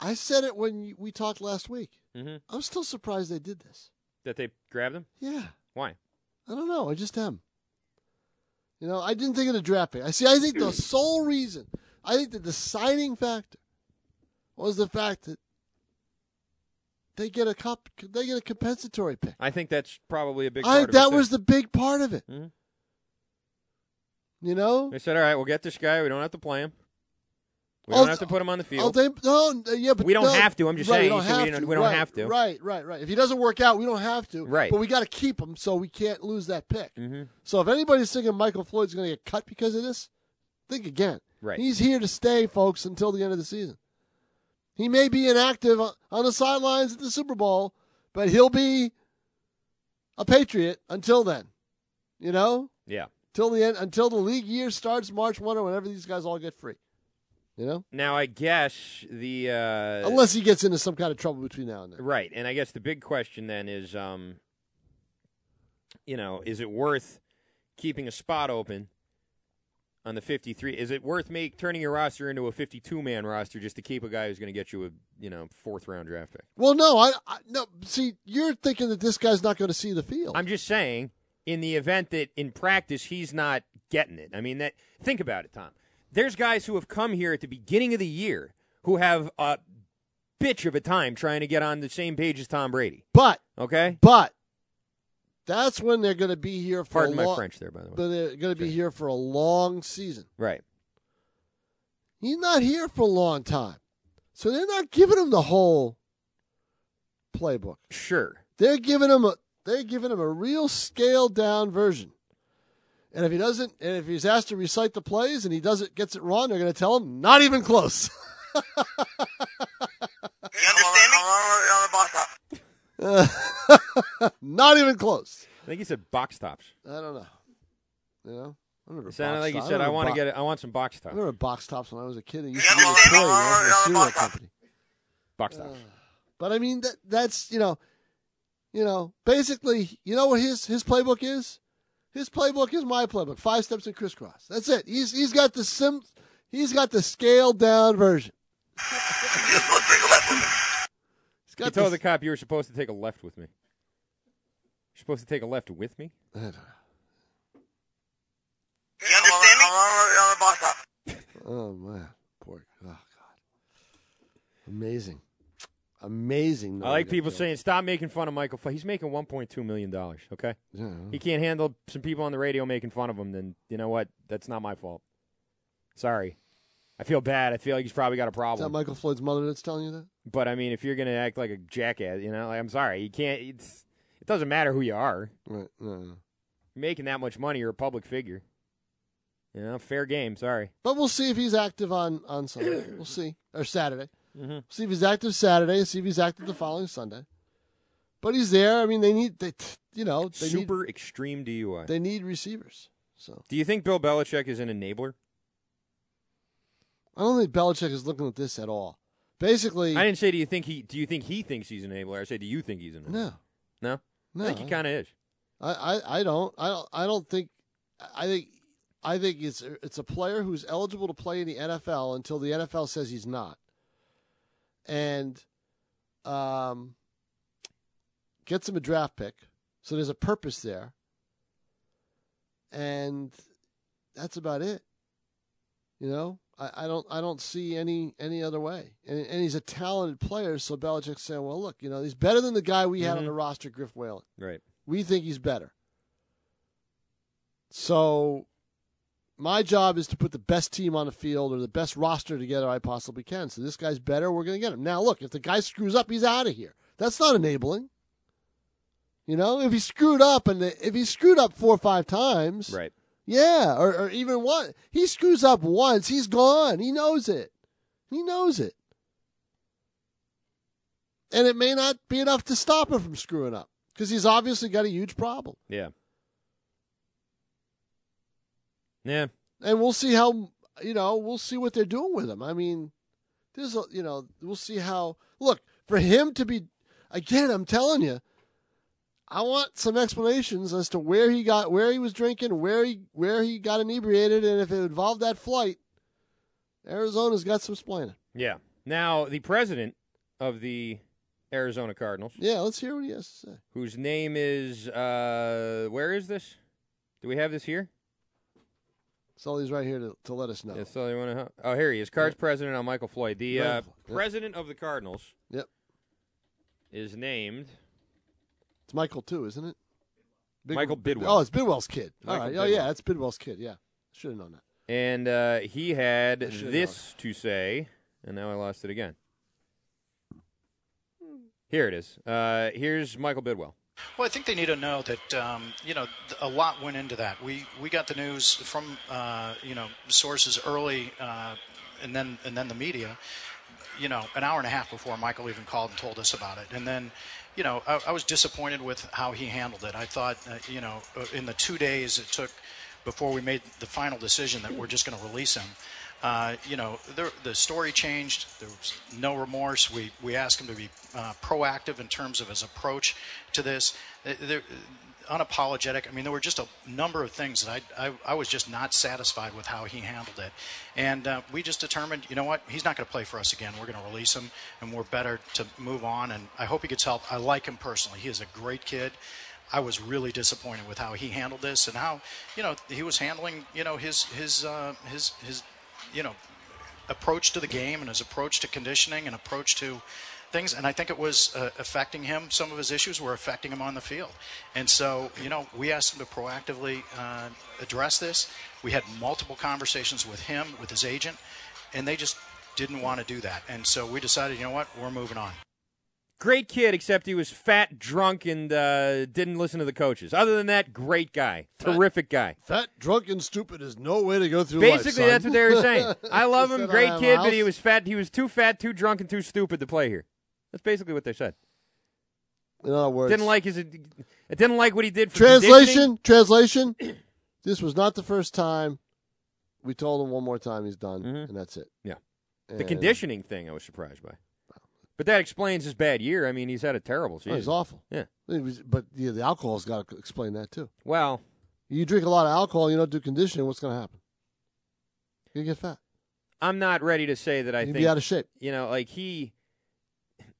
S6: I said it when you- we talked last week.
S7: Mm-hmm.
S6: I'm still surprised they did this.
S7: That they grabbed him.
S6: Yeah.
S7: Why?
S6: I don't know. I just am. You know, I didn't think of the draft pick. I see. I think the sole reason, I think the deciding factor, was the fact that they get a cop, they get a compensatory pick.
S7: I think that's probably a big.
S6: I
S7: Part
S6: think
S7: of
S6: that
S7: it, too.
S6: was the big part of it.
S7: Mhm.
S6: You know,
S7: They said, "All right, we'll get this guy. We don't have to play him. We
S6: Oh,
S7: don't have to put him on the
S6: oh,
S7: field."
S6: they, no, uh, yeah, but
S7: We don't
S6: no,
S7: have to. I'm just
S6: right,
S7: saying,
S6: We don't,
S7: you said we
S6: have,
S7: don't-
S6: to.
S7: we don't
S6: right,
S7: have to.
S6: Right, right, right. If he doesn't work out, we don't have to.
S7: Right.
S6: but we got to keep him, so we can't lose that pick.
S7: Mhm.
S6: So if anybody's thinking Michael Floyd's going to get cut because of this, think again.
S7: Right.
S6: He's here to stay, folks, until the end of the season. He may be inactive on on the sidelines at the Super Bowl, but he'll be a Patriot until then. You know,
S7: yeah.
S6: till the end, until the league year starts March one or whenever these guys all get free. You know,
S7: Now I guess the uh,
S6: unless he gets into some kind of trouble between now and then.
S7: right, and I guess the big question then is, um, you know, is it worth keeping a spot open on the 53? Is it worth make turning your roster into a 52 man roster just to keep a guy who's going to get you a you know fourth round draft pick?
S6: Well, no, I, I no. See, you're thinking that this guy's not going to see the field.
S7: I'm just saying, in the event that in practice he's not getting it. I mean, that think about it, Tom. There's guys who have come here at the beginning of the year who have a bitch of a time trying to get on the same page as Tom Brady.
S6: But
S7: Okay,
S6: but that's when they're going to be here for.
S7: pardon
S6: a
S7: my
S6: long,
S7: French there, by the way.
S6: But they're going to be here for a long season.
S7: Right.
S6: He's not here for a long time, so they're not giving him the whole playbook.
S7: Sure.
S6: They're giving him a they're giving him a real scaled down version. And if he doesn't, and if he's asked to recite the plays and he does it, gets it wrong, they're going to tell him not even close.
S18: You understand me? the boss up.
S6: not even close.
S7: I think he said box tops.
S6: I don't know. You know, I remember.
S7: It sounded
S6: box
S7: like you
S6: tops.
S7: said, "I want to
S6: remember
S7: get,
S6: bo-
S7: it. I want some box
S6: I
S7: tops."
S6: remember box tops when I was a kid. It used to be a toy. when I
S7: uh,
S6: was in a cereal company.
S7: Box tops.
S6: Uh, But I mean, that that's you know, you know, basically, you know what his his playbook is. His playbook is my playbook. Five steps and crisscross. That's it. He's he's got the sim. He's got the scaled down version.
S7: He
S6: got
S7: told
S6: this-
S7: the cop you were supposed to take a left with me. You're supposed to take a left with me.
S18: You understand me? the boss up.
S6: Oh man, poor. Oh god, amazing, amazing.
S7: I like
S6: knowing
S7: people saying, "Stop making fun of Michael. Fo- He's making 1.2 million dollars. Okay,
S6: Yeah.
S7: he can't handle some people on the radio making fun of him. Then you know what? That's not my fault. Sorry, I feel bad. I feel like he's probably got a
S6: Is that
S7: problem.
S6: Michael Floyd's mother that's telling you that?
S7: but I mean, if you're gonna act like a jackass, you know, like, I'm sorry. You can't. It's, it doesn't matter who you are.
S6: Right. No, no.
S7: You're making that much money. You're a public figure. You know, fair game. Sorry.
S6: But we'll see if he's active on on Sunday. We'll see or Saturday.
S7: Mhm.
S6: See if he's active Saturday. and See if he's active the following Sunday. But he's there. I mean, they need they you know they need
S7: Super extreme DUI.
S6: they need receivers. So
S7: Do you think Bill Belichick is an enabler?
S6: I don't think Belichick is looking at this at all. Basically,
S7: I didn't say. Do you think he? Do you think he thinks he's an enabler? I said, do you think he's an enabler?
S6: no,
S7: No.
S6: No,
S7: I think he
S6: I-
S7: kind of is.
S6: I, I I don't I don't I don't think I think I think it's it's a player who's eligible to play in the NFL until the NFL says he's not, and um, gets him a draft pick. So there's a purpose there, and that's about it. You know, I, I don't I don't see any any other way. And, and he's a talented player, so Belichick's saying, well, look, you know, he's better than the guy we had on
S7: Mhm.
S6: the roster, Griff Whalen.
S7: Right.
S6: We think he's better. So my job is to put the best team on the field or the best roster together I possibly can. So this guy's better. We're going to get him. Now, look, if the guy screws up, he's out of here. That's not enabling. You know, if he screwed up and the, if he screwed up four or five times,
S7: right?
S6: Yeah, or, or even one, he screws up once, he's gone. He knows it. He knows it, and it may not be enough to stop him from screwing up because he's obviously got a huge problem.
S7: Yeah. Yeah.
S6: And we'll see how you know, we'll see what they're doing with him. I mean, there's a, you know, we'll see how look, for him to be again, I'm telling you, I want some explanations as to where he got where he was drinking, where he where he got inebriated and if it involved that flight. Arizona's got some splaining.
S7: Yeah. Now, the president of the Arizona Cardinals.
S6: Yeah, let's hear what he has to say.
S7: Whose name is uh where is this? Do we have this here?
S6: Sully's right here to, to let us know.
S7: Yeah, Sully, you want to? Oh, here he is. Cards yeah. president on Michael Floyd. The uh, president of the Cardinals.
S6: Yep.
S7: Is named.
S6: It's Michael too, isn't it?
S7: Big, Michael Bidwell.
S6: Oh, it's Bidwell's kid. Michael All right. Oh
S7: Bidwell.
S6: yeah, it's Bidwell's kid. Yeah, should have known that.
S7: And uh, he had this to say, and now I lost it again. Here it is. Uh, here's Michael Bidwell.
S19: Well, I think they need to know that um, you know a lot went into that. We we got the news from uh, you know sources early, uh, and then and then the media, you know, an hour and a half before Michael even called and told us about it. And then, you know, I, I was disappointed with how he handled it. I thought, uh, you know, in the two days it took before we made the final decision that we're just going to release him. Uh, you know, the, the, story changed. There was no remorse. We, we asked him to be uh, proactive in terms of his approach to this. They're unapologetic. I mean, there were just a number of things that I, I, I was just not satisfied with how he handled it. And uh, we just determined, you know what, he's not going to play for us again. We're going to release him, and we're better to move on. And I hope he gets help. I like him personally. He is a great kid. I was really disappointed with how he handled this and how, you know, he was handling, you know, his his uh, his his you know approach to the game and his approach to conditioning and approach to things and i think it was uh, affecting him some of his issues were affecting him on the field and so you know we asked him to proactively uh, address this we had multiple conversations with him with his agent and they just didn't want to do that and so we decided you know what we're moving on
S7: great kid except he was fat drunk and uh, didn't listen to the coaches other than that great guy terrific guy
S6: fat drunk and stupid is no way to go through
S7: basically
S6: life,
S7: that's what they were saying i love him
S6: Said
S7: great
S6: I am
S7: kid
S6: out.
S7: but he was fat he was too fat too drunk and too stupid to play here that's basically what they said
S6: in other words
S7: didn't like his it didn't like what he did for
S6: translation
S7: conditioning.
S6: translation this was not the first time we told him one more time he's done and that's it
S7: Mm-hmm. yeah the
S6: And-
S7: conditioning thing i was surprised by but that explains his bad year i mean he's had a terrible
S6: Oh,
S7: season
S6: he's awful
S7: yeah
S6: It was- but yeah, the alcohol's got to explain that too
S7: well
S6: you drink a lot of alcohol you don't do conditioning what's going to happen you get fat
S7: I'm not ready to say that I
S6: He'd be
S7: think
S6: out of shape.
S7: You know, like he,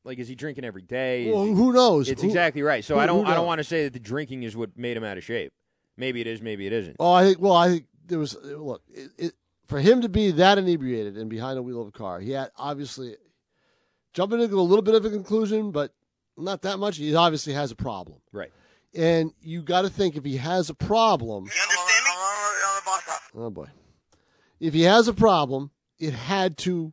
S7: like is he drinking every day? Is
S6: Well,
S7: he-
S6: who knows?
S7: It's
S6: Who-
S7: exactly right. So
S6: who-
S7: I
S6: who
S7: don't. I don't
S6: knows?
S7: want to say that the drinking is what made him out of shape. Maybe it is. Maybe it isn't.
S6: Oh, I think. Well, I think there was. Look, it, it, for him to be that inebriated and behind the wheel of a car, he had obviously jumping into a little bit of a conclusion, but not that much. He obviously has a problem,
S7: right?
S6: And you got to think if he has a problem. Oh boy, if he has a problem, it had to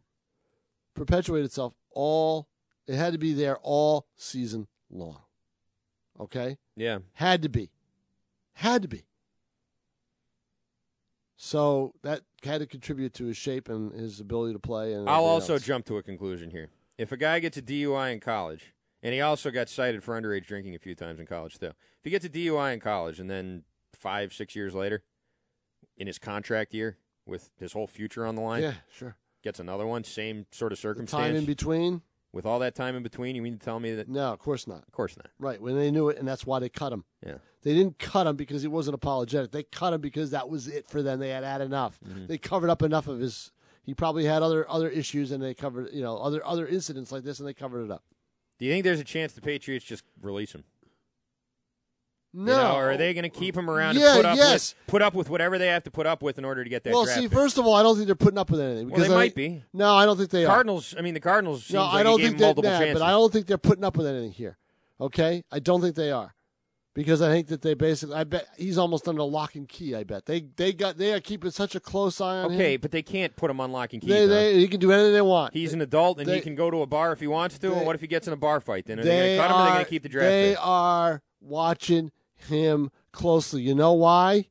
S6: perpetuate itself all. It had to be there all season long. Okay.
S7: Yeah.
S6: Had to be. Had to be. So that had to contribute to his shape and his ability to play. And
S7: I'll
S6: everything
S7: also
S6: else.
S7: jump to a conclusion here. If a guy gets a DUI in college, and he also got cited for underage drinking a few times in college too, if he gets a DUI in college and then five, six years later, in his contract year with his whole future on the line,
S6: Yeah, sure.
S7: gets another one, same sort of circumstance.
S6: time in between.
S7: With all that time in between, you mean to tell me that?
S6: No, of course not.
S7: Of course not.
S6: Right when they knew it, and that's why they cut him.
S7: Yeah.
S6: They didn't cut him because he wasn't apologetic. They cut him because that was it for them. They had had enough.
S7: Mm-hmm.
S6: They covered up enough of his. He probably had other other issues, and they covered you know other other incidents like this, and they covered it up.
S7: Do you think there's a chance the Patriots just release him? You
S6: No,
S7: know, or are they going to keep him around
S6: Yeah,
S7: and put up,
S6: yes.
S7: with, put up with whatever they have to put up with in order to get that
S6: well,
S7: draft
S6: see,
S7: pick?
S6: first of all, I don't think they're putting up with anything.
S7: Well, they
S6: Because I
S7: might
S6: think-
S7: be.
S6: No, I don't think they are.
S7: Cardinals, I mean, the Cardinals seems
S6: no,
S7: like
S6: I don't
S7: he gave
S6: think
S7: him multiple
S6: that,
S7: chances.
S6: but I don't think they're putting up with anything here. Okay, I don't think they are. because I think that they basically I bet he's almost under lock and key. I bet they they got they are keeping such a close eye on him.
S7: Okay, uh, but they can't put him on lock and key.
S6: They,
S7: though.
S6: they, he can do anything they want.
S7: He's an adult and
S6: They-
S7: he can go to a bar if he wants to. and what if he gets in a bar fight? Then are
S6: they
S7: they, going to cut him or are they going
S6: are-
S7: to keep the draft
S6: they
S7: pick?
S6: are watching him closely. You know why?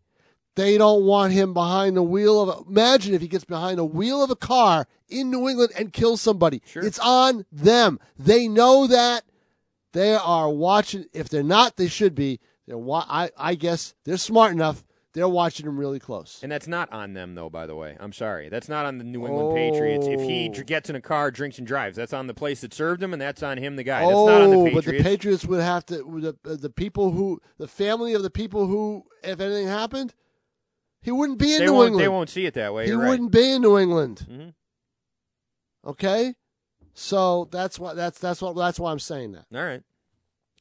S6: They don't want him behind the wheel of. A, imagine if he gets behind the wheel of a car in New England and kills somebody. It's on them. They know that. They are watching. If they're not, they should be. They're. Wa- I. I guess they're smart enough. They're watching him really close.
S7: And that's not on them, though. By the way, I'm sorry. That's not on the New England Patriots. If he
S6: Oh.
S7: dr- gets in a car, drinks and drives, that's on the place that served him, and that's on him, the guy. that's not on the Patriots.
S6: Oh, but the Patriots would have to would the, uh, the people who the family of the people who, if anything happened, he wouldn't be in
S7: they
S6: New
S7: won't.
S6: England.
S7: They won't see it that way.
S6: he
S7: You're right. Mm-hmm.
S6: wouldn't be in New England.
S7: Mhm.
S6: Okay, so that's why that's that's what that's why I'm saying that.
S7: All right.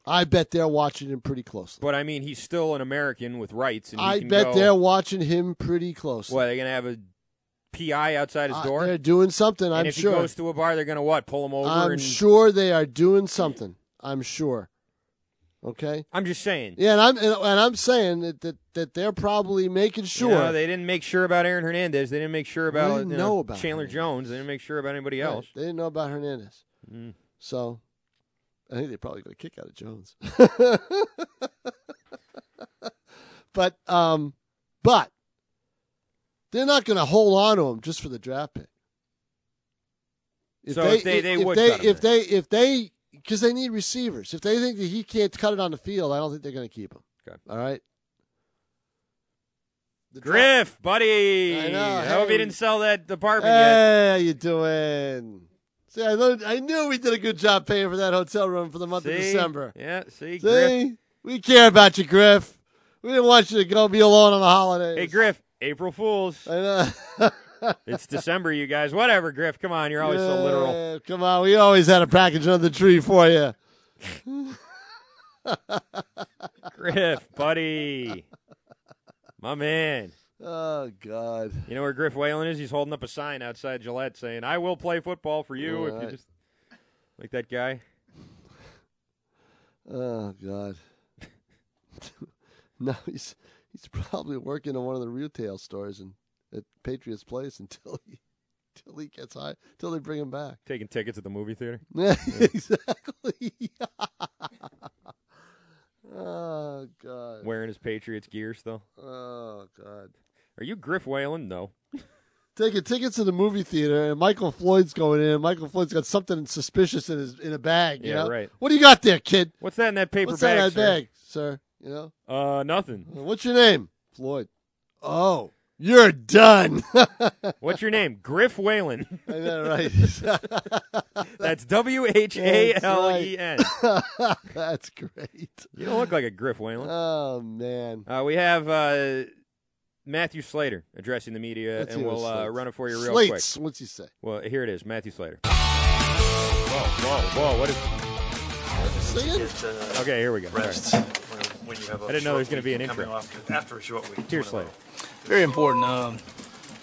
S6: I bet they're watching him pretty closely.
S7: But I mean, he's still an American with rights. And he
S6: I
S7: can
S6: bet
S7: go-
S6: they're watching him pretty closely.
S7: What? They're going to have a PI outside his
S6: Uh,
S7: door.
S6: they're doing something.
S7: and
S6: I'm
S7: if
S6: sure.
S7: he goes to a bar, they're going to what? Pull him over.
S6: I'm
S7: and...
S6: sure they are doing something. I'm sure. Okay.
S7: I'm just saying.
S6: Yeah, and I'm and, and I'm saying that, that that they're probably making
S7: You
S6: sure.
S7: know, they didn't make sure about Aaron Hernandez. They didn't make sure about,
S6: didn't
S7: you
S6: know about
S7: Chandler Jones. They didn't make sure about anybody
S6: Right,
S7: else.
S6: They didn't know about Hernandez.
S7: Mm.
S6: So I think they probably got a kick out of Jones. but um but they're not gonna hold on to him just for the draft pick.
S7: So if they- they
S6: if
S7: would
S6: they,
S7: cut him
S6: if they if they because they need receivers. If they think that he can't cut it on the field, I don't think they're going to keep him.
S7: Okay.
S6: All right.
S7: Griff, buddy.
S6: I know,
S7: hope
S6: hey.
S7: you didn't sell that apartment yet.
S6: Hey, how you doing? See, I, learned, I knew we did a good job paying for that hotel room for the month of
S7: See?
S6: December.
S7: Yeah, see, Griff.
S6: See, we care about you, Griff. We didn't want you to go be alone on the holidays.
S7: Hey, Griff, April Fools.
S6: I know.
S7: it's December, you guys. Whatever, Griff. Come on, you're always so literal.
S6: Yeah, Come on, we always had a package under the tree for you.
S7: Griff, buddy. My man.
S6: Oh God!
S7: You know where Griff Whalen is? He's holding up a sign outside Gillette saying, "I will play football for you if
S6: All
S7: you
S6: right.
S7: just like that guy."
S6: Oh God! no, he's he's probably working in one of the retail stores and at Patriots Place until he until he gets high until they bring him back.
S7: Taking tickets at the movie theater.
S6: Yeah, exactly. oh God!
S7: Wearing his Patriots gear still.
S6: Oh God!
S7: Are you Griff Whalen? No.
S6: Taking tickets to the movie theater, and Michael Floyd's going in. and Michael Floyd's got something suspicious in his in a bag. you
S7: Yeah,
S6: know?
S7: right.
S6: What do you got there, kid?
S7: What's that in that paper
S6: What's
S7: bag?
S6: that in that
S7: sir?
S6: bag, sir? You know.
S7: Uh, nothing.
S6: What's your name? Floyd. Oh, you're done.
S7: What's your name? Griff Whalen.
S6: I know, right?
S7: That's W H A L E N.
S6: That's right. That's great.
S7: You don't look like a Griff Whalen.
S6: Oh man.
S7: Uh, we have uh, Matthew Slater addressing the media,
S6: Let's
S7: and
S6: hear what
S7: we'll uh,
S6: Slates-
S7: run it for you real
S6: Slates,
S7: quick.
S6: What's he say?
S7: Well, here it is, Matthew Slater. Whoa, whoa, whoa! What is?
S6: Sing it.
S20: uh,
S7: Okay, here we go. All right.
S20: Rest when, when you have a
S7: I didn't know there was
S20: short
S7: gonna be
S20: week
S7: an
S20: coming
S7: intro.
S20: Off, after a short week.
S7: Here, Slater.
S20: Very important. Um,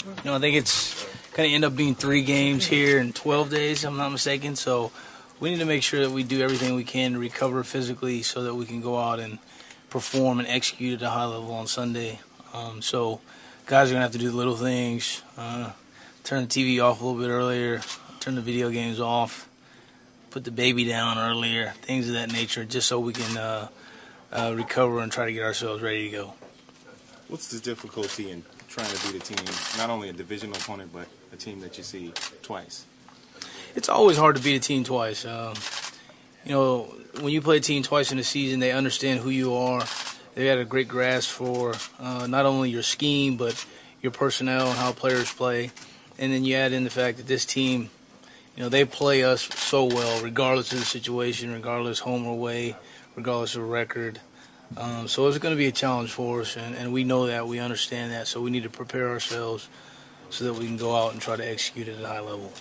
S20: you know, I think it's going to end up being three games here in 12 days, if I'm not mistaken. So we need to make sure that we do everything we can to recover physically so that we can go out and perform and execute at a high level on Sunday. Um, so guys are going to have to do the little things. Uh, turn the TV off a little bit earlier, turn the video games off, put the baby down earlier, things of that nature, just so we can uh, uh, recover and try to get ourselves ready to go.
S21: What's the difficulty in trying to beat a team, not only a divisional opponent, but a team that you see twice?
S20: It's always hard to beat a team twice. Um, you know, when you play a team twice in a season, they understand who you are. They got a great grasp for uh, not only your scheme, but your personnel and how players play. And then you add in the fact that this team, you know, they play us so well, regardless of the situation, regardless home or away, regardless of record. Um, so it's going to be a challenge for us, and, and we know that, we understand that. So we need to prepare ourselves so that we can go out and try to execute at a high level.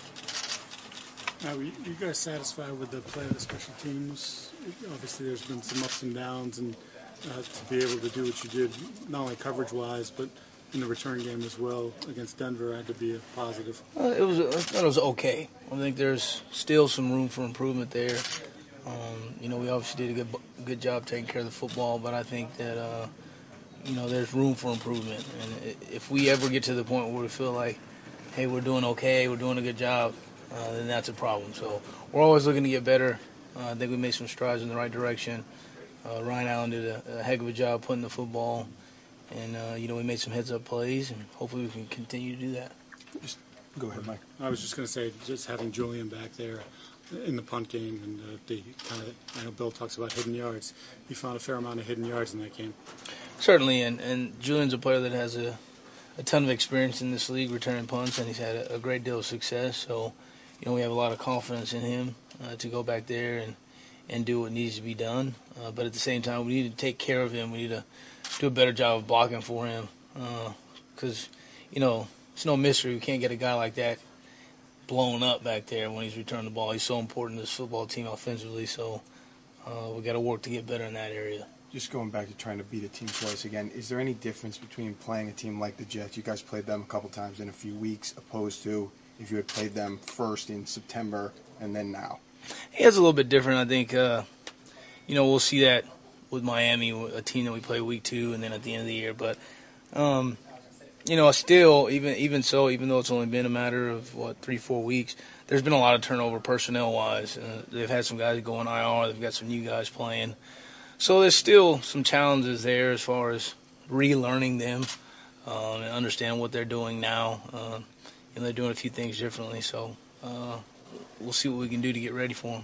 S22: Now, Are you you guys satisfied with the play of the special teams? Obviously, there's been some ups and downs, and uh, to be able to do what you did, not only coverage-wise, but in the return game as well against Denver, had to be a positive.
S20: Uh, it was. I thought it was okay. I think there's still some room for improvement there. Um, you know, we obviously did a good, good job taking care of the football, but I think that uh, you know there's room for improvement. And i- if we ever get to the point where we feel like, hey, we're doing okay, we're doing a good job, uh, then that's a problem. So we're always looking to get better. Uh, I think we made some strides in the right direction. Uh, Ryan Allen did a, a heck of a job putting the football, and uh, you know we made some heads up plays, and hopefully we can continue to do that.
S22: Go ahead, Mike. I was just going to say, just having Julian back there in the punt game, and uh, the kind of I know Bill talks about hidden yards. He found a fair amount of hidden yards in that game.
S20: Certainly, and, and Julian's a player that has a, a ton of experience in this league returning punts, and he's had a, a great deal of success. So, you know, we have a lot of confidence in him uh, to go back there and, and do what needs to be done. Uh, but at the same time, we need to take care of him. We need to do a better job of blocking for him because, you know, it's no mystery. We can't get a guy like that blown up back there when he's returning the ball. He's so important to this football team offensively. So, uh, we got to work to get better in that area.
S21: Just going back to trying to beat a team twice again, is there any difference between playing a team like the Jets? You guys played them a couple times in a few weeks, opposed to if you had played them first in September and then now.
S20: Yeah, it's a little bit different. I think, uh, you know, we'll see that with Miami, a team that we play week two, and then at the end of the year. But, um, you know, still, even even so, even though it's only been a matter of what three, four weeks, there's been a lot of turnover personnel wise. Uh, they've had some guys go on IR. They've got some new guys playing. So there's still some challenges there as far as relearning them um, and understand what they're doing now. Uh, and they're doing a few things differently. So uh, we'll see what we can do to get ready for them.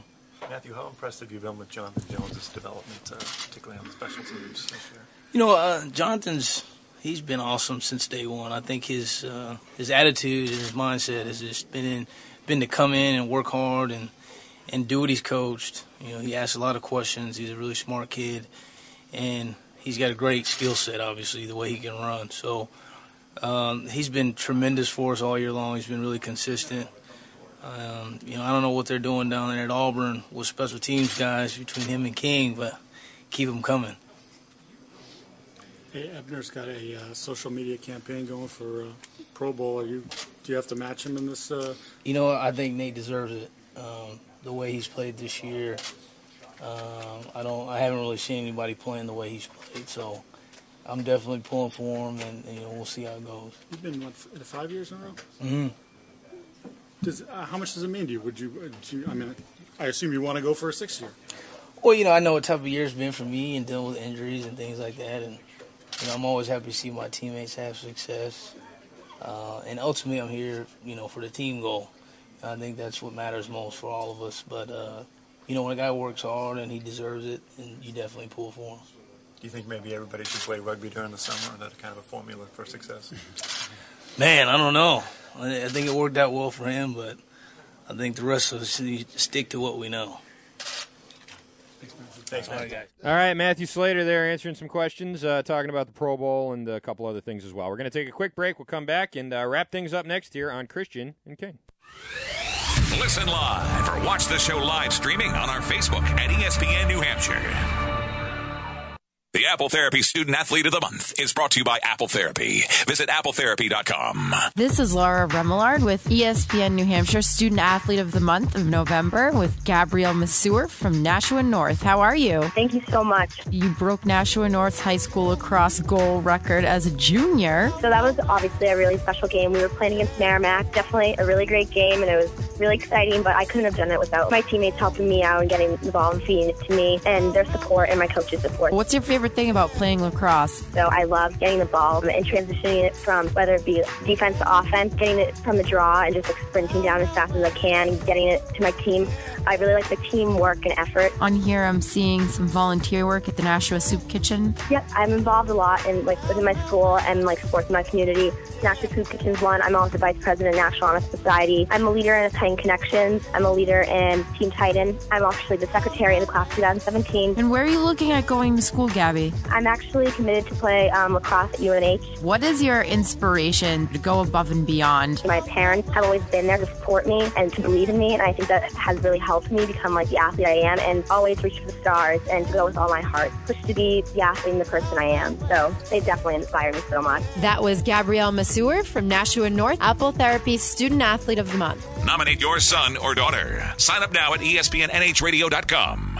S2: Matthew, how impressed have you been with Jonathan Jones' development, uh, particularly on the special teams this year?
S20: You know, uh, Jonathan's he's been awesome since day one. I think his uh, his attitude and his mindset has just been in, been to come in and work hard and and do what he's coached. You know, he asks a lot of questions. He's a really smart kid, and he's got a great skill set. Obviously, the way he can run. So um, he's been tremendous for us all year long. He's been really consistent. Um, you know, I don't know what they're doing down there at Auburn with special teams guys between him and King, but keep them coming.
S22: Hey, Ebner's got a uh, social media campaign going for uh, Pro Bowl. Are you? Do you have to match him in this? Uh,
S20: You know, I think Nate deserves it. Um, the way he's played this year, um, I don't. I haven't really seen anybody playing the way he's played. So, I'm definitely pulling for him, and, and, you know, we'll see how it goes.
S22: you've been what, f- five years in a row.
S20: hmm
S22: Does uh, how much does it mean to you? Would you? Uh, do you I mean, I assume you want to go for a six year.
S20: Well, you know, I know what type of year it's been for me, and dealing with injuries and things like that, and you know, I'm always happy to see my teammates have success. Uh, and ultimately, I'm here, you know, for the team goal. I think that's what matters most for all of us. But uh, you know, when a guy works hard and he deserves it, and you definitely pull for him.
S2: Do you think maybe everybody should play rugby during the summer? Is that kind of a formula for success?
S20: Man, I don't know. I I think it worked out well for him, but I think the rest of us need to stick to what we know.
S2: Thanks, man.
S7: All right, Matthew Slater there answering some questions, uh, talking about the Pro Bowl and a couple other things as well. We're going to take a quick break. We'll come back and uh, wrap things up next here on Christian and King.
S1: Listen live or watch the show live streaming on our Facebook at E ESPN New Hampshire. The Apple Therapy Student Athlete of the Month is brought to you by Apple Therapy. Visit appletherapy.com.
S4: This is Laura Remillard with E ESPN New Hampshire Student Athlete of the Month of November with Gabrielle Masseur from Nashua North. How are you? Thank you so much. You broke Nashua North's high school lacrosse goal record as a junior.
S23: So that was obviously a really special game. We were playing against Merrimack. Definitely a really great game, and it was really exciting, but I couldn't have done it without my teammates helping me out and getting the ball and feeding it to me, and their support and my coach's support.
S4: What's your favorite thing about playing lacrosse?
S23: So I love getting the ball and transitioning it from whether it be defense to offense, getting it from the draw and just like sprinting down as fast as I can and getting it to my team. I really like the teamwork and effort.
S4: On here, I'm seeing some volunteer work at the Nashua Soup Kitchen.
S23: Yep, I'm involved a lot in like within my school and like sports in my community. National Food Kitchen's one. I'm also vice president of National Honor Society. I'm a leader in Titan Connections. I'm a leader in Team Titan. I'm actually the secretary of the class of 2017.
S4: And where are you looking at going to school, Gabby?
S23: I'm actually committed to play um, lacrosse at UNH.
S4: What is your inspiration to go above and beyond?
S23: My parents have always been there to support me and to believe in me, and I think that has really helped me become like the athlete I am and always reach for the stars and to go with all my heart, push to be the athlete and the person I am. So they definitely inspire me so much.
S4: That was Gabrielle Masseur from Nashua North, Apple Therapy Student Athlete of the Month.
S1: E Nominate your son or daughter. Sign up now at ESPNNHradio.com.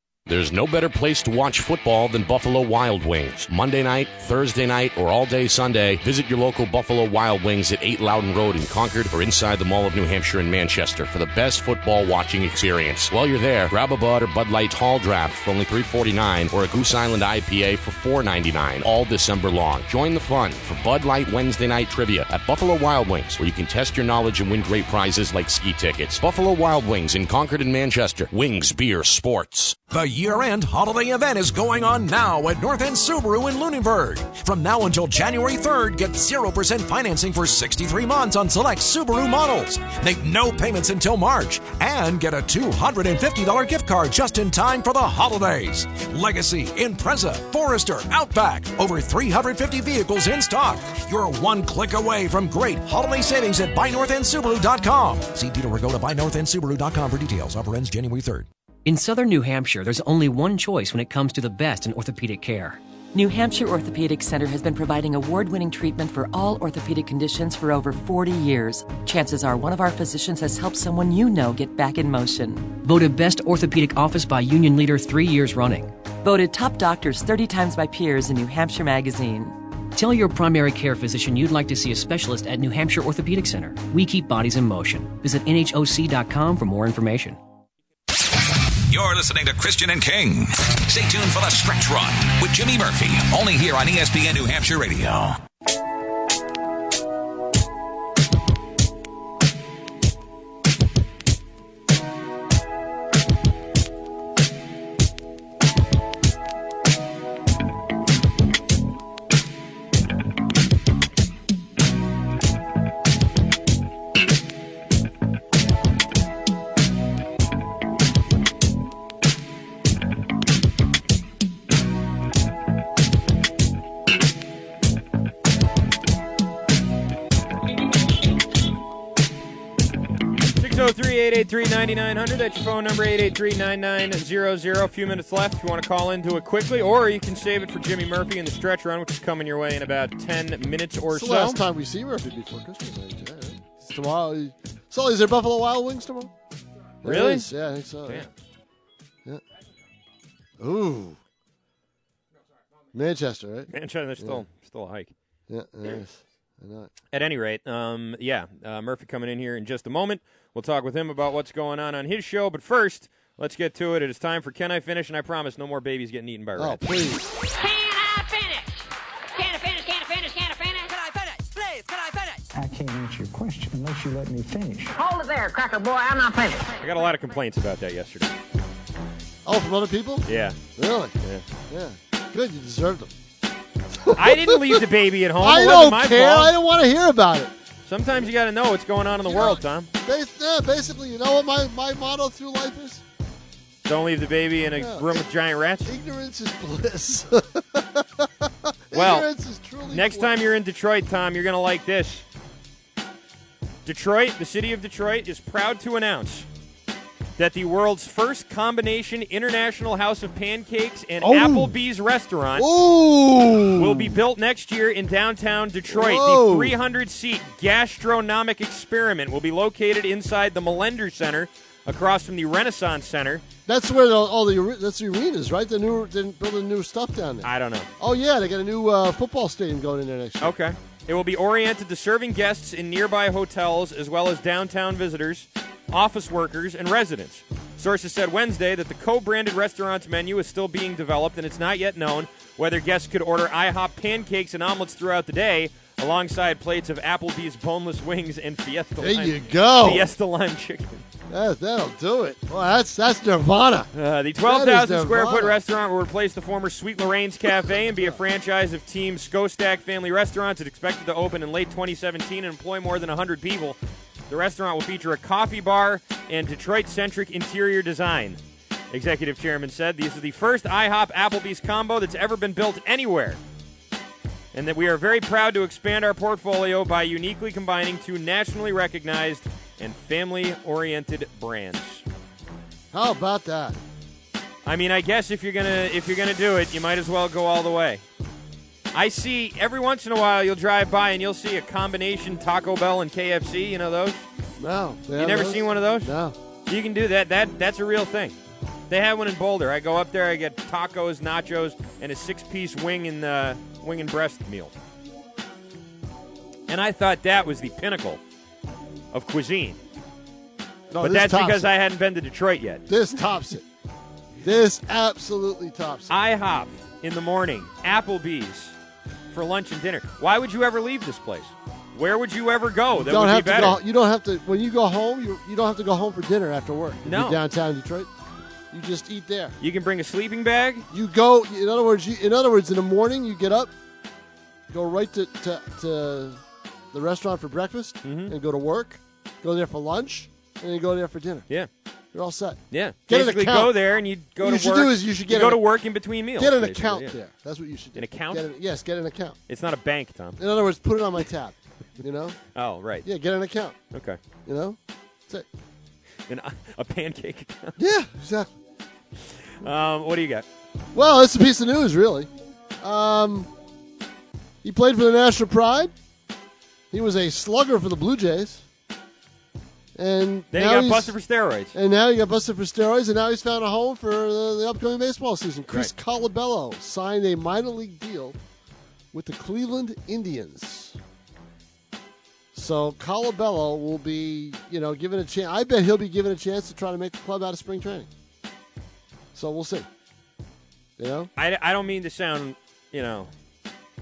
S5: There's no better place to watch football than Buffalo Wild Wings. Monday night, Thursday night, or all day Sunday, visit your local Buffalo Wild Wings at 8 Loudon Road in Concord or inside the Mall of New Hampshire in Manchester for the best football watching experience. While you're there, grab a Bud or Bud Light Hall Draft for only $3.49 or a Goose Island IPA for $4.99 all December long. Join the fun for Bud Light Wednesday Night Trivia at Buffalo Wild Wings where you can test your knowledge and win great prizes like ski tickets. Buffalo Wild Wings in Concord and Manchester. Wings, beer, sports.
S8: The year-end holiday event is going on now at North End Subaru in Lunenburg. From now until January 3rd, get 0% financing for 63 months on select Subaru models. Make no payments until March and get a $250 gift card just in time for the holidays. Legacy, Impreza, Forester, Outback, over 350 vehicles in stock. You're one click away from great holiday savings at buynorthendsubaru.com. See Peter or go to buynorthendsubaru.com for details. Offer ends January 3rd.
S24: In southern New Hampshire, there's only one choice when it comes to the best in orthopedic care.
S25: New Hampshire Orthopedic Center has been providing award winning treatment for all orthopedic conditions for over 40 years. Chances are one of our physicians has helped someone you know get back in motion.
S24: Voted Best Orthopedic Office by Union Leader three years running.
S25: Voted top doctors 30 times by peers in New Hampshire Magazine.
S24: Tell your primary care physician you'd like to see a specialist at New Hampshire Orthopedic Center. We keep bodies in motion. Visit NHOC.com for more information.
S1: You're listening to Christian and King. Stay tuned for the stretch run with Jimmy Murphy, only here on E ESPN New Hampshire Radio.
S7: Six zero three eight eight three ninety nine hundred. That's your phone number, 883-9900. A few minutes left if you want to call into it quickly, or you can save it for Jimmy Murphy in the stretch run, which is coming your way in about 10 minutes or
S6: It's the
S7: so.
S6: last time we see Murphy before Christmas. I think, today, right? It's tomorrow. Sully, is there Buffalo Wild Wings tomorrow? There
S7: Really?
S6: is. Yeah, I think so.
S7: Damn.
S6: Yeah. Ooh. Manchester, right?
S7: Manchester, there's still, still a hike.
S6: Yeah, there is. I know it.
S7: At any rate, um, yeah, uh, Murphy coming in here in just a moment. We'll talk with him about what's going on on his show. But first, let's get to it. It is time for Can I Finish? And I promise no more babies getting eaten by
S6: Oh,
S7: rats.
S6: please.
S26: Can I finish? Can I finish? Can I finish? Can I finish? Please, can I finish?
S27: I can't answer your question unless you let me finish.
S26: Hold it there, cracker boy. I'm not finished.
S7: I got a lot of complaints about that yesterday.
S6: Oh, from other people?
S7: Yeah.
S6: Really?
S7: Yeah.
S6: Yeah. Good, you deserved them.
S7: I didn't leave the baby at home.
S6: I
S7: It wasn't
S6: don't
S7: my
S6: care.
S7: fault.
S6: I don't want to hear about it.
S7: Sometimes you got to know what's going on in the world, Tom.
S6: Bas- yeah, basically, you know what my, my motto through life is?
S7: Don't leave the baby in a
S6: Yeah.
S7: room with giant rats.
S6: Ignorance is bliss.
S7: Well,
S6: Ignorance is truly
S7: next time you're in Detroit, Tom, you're going to like this. Detroit, the city of Detroit, is proud to announce that the world's first combination international house of pancakes and
S28: Oh.
S7: Applebee's restaurant
S6: Oh.
S7: will be built next year in downtown Detroit.
S28: Whoa.
S7: The 300 seat gastronomic experiment will be located inside the Melender Center across from the Renaissance Center.
S6: That's where the, all the are- that's the arenas, right? The new they're building new stuff down there.
S7: I don't know.
S6: Oh yeah, they got a new uh, football stadium going in there next year.
S7: Okay. It will be oriented to serving guests in nearby hotels as well as downtown visitors, office workers, and residents. Sources said Wednesday that the co branded restaurant's menu is still being developed and it's not yet known whether guests could order IHOP pancakes and omelets throughout the day alongside plates of Applebee's boneless wings and Fiesta
S6: There
S7: Lime-
S6: you go.
S7: Fiesta Lime chicken.
S6: That, that'll do it. Well, that's that's Nirvana.
S7: Uh, the
S6: That is
S7: 12,000 square
S6: Nirvana.
S7: foot restaurant will replace the former Sweet Lorraine's Cafe and be a franchise of Team Skostack Family Restaurants. It's expected to open in late 2017 and employ more than 100 people. The restaurant will feature a coffee bar and Detroit centric interior design. executive chairman said. This is the first IHOP Applebee's combo that's ever been built anywhere. And that we are very proud to expand our portfolio by uniquely combining two nationally recognized and family oriented brands.
S6: How about that?
S7: I mean, I guess if you're gonna if you're gonna do it, you might as well go all the way. I see every once in a while you'll drive by and you'll see a combination Taco Bell and KFC. You know those?
S6: No. they
S7: You
S6: have
S7: never
S6: those?
S7: seen one of those?
S6: No.
S7: You can do that. That that's a real thing. They had one in Boulder. I go up there, I get tacos, nachos, and a six-piece wing and uh, wing and breast meal. And I thought that was the pinnacle of cuisine.
S6: No,
S7: but
S6: this
S7: that's
S6: tops
S7: because
S6: it.
S7: I hadn't been to Detroit yet.
S6: This tops it. This absolutely tops it.
S7: IHOP in the morning, Applebee's for lunch and dinner. Why would you ever leave this place? Where would you ever go? That
S6: don't
S7: would
S6: have
S7: be
S6: to go.
S7: better.
S6: You don't have to. When you go home, you, you don't have to go home for dinner after work. If
S7: No.
S6: you're downtown Detroit, you just eat there.
S7: You can bring a sleeping bag.
S6: You go. In other words, you, in other words, in the morning you get up, go right to to, to the restaurant for breakfast,
S7: Mm-hmm.
S6: and go to work. Go there for lunch, and then you go there for dinner.
S7: Yeah,
S6: you're all set.
S7: Yeah,
S6: Get an
S7: basically
S6: account.
S7: go there and you go
S6: What
S7: to
S6: you should
S7: work.
S6: do is you should get
S7: go
S6: an-
S7: to work in between meals.
S6: Get an
S7: basically,
S6: account
S7: yeah.
S6: there. That's what you should do.
S7: An account?
S6: Get an- yes, get an account.
S7: It's not a bank, Tom.
S6: In other words, put it on my tab. You know?
S7: Oh, right.
S6: Yeah, get an account.
S7: Okay.
S6: You know? That's it.
S7: An, a pancake account.
S6: Yeah, exactly.
S7: Um, what do you got?
S6: Well, it's a piece of news, really. Um, he played for the National Pride. He was a slugger for the Blue Jays. And
S7: Then he
S6: now
S7: got
S6: he's-
S7: busted for steroids.
S6: And now he got busted for steroids, and now he's found a home for the, the upcoming baseball season. Chris Colabello signed a minor league deal with the Cleveland Indians. So Colabello will be, you know, given a chance. I bet he'll be given a chance to try to make the club out of spring training. So we'll see. You know,
S7: I, I don't mean to sound, you know,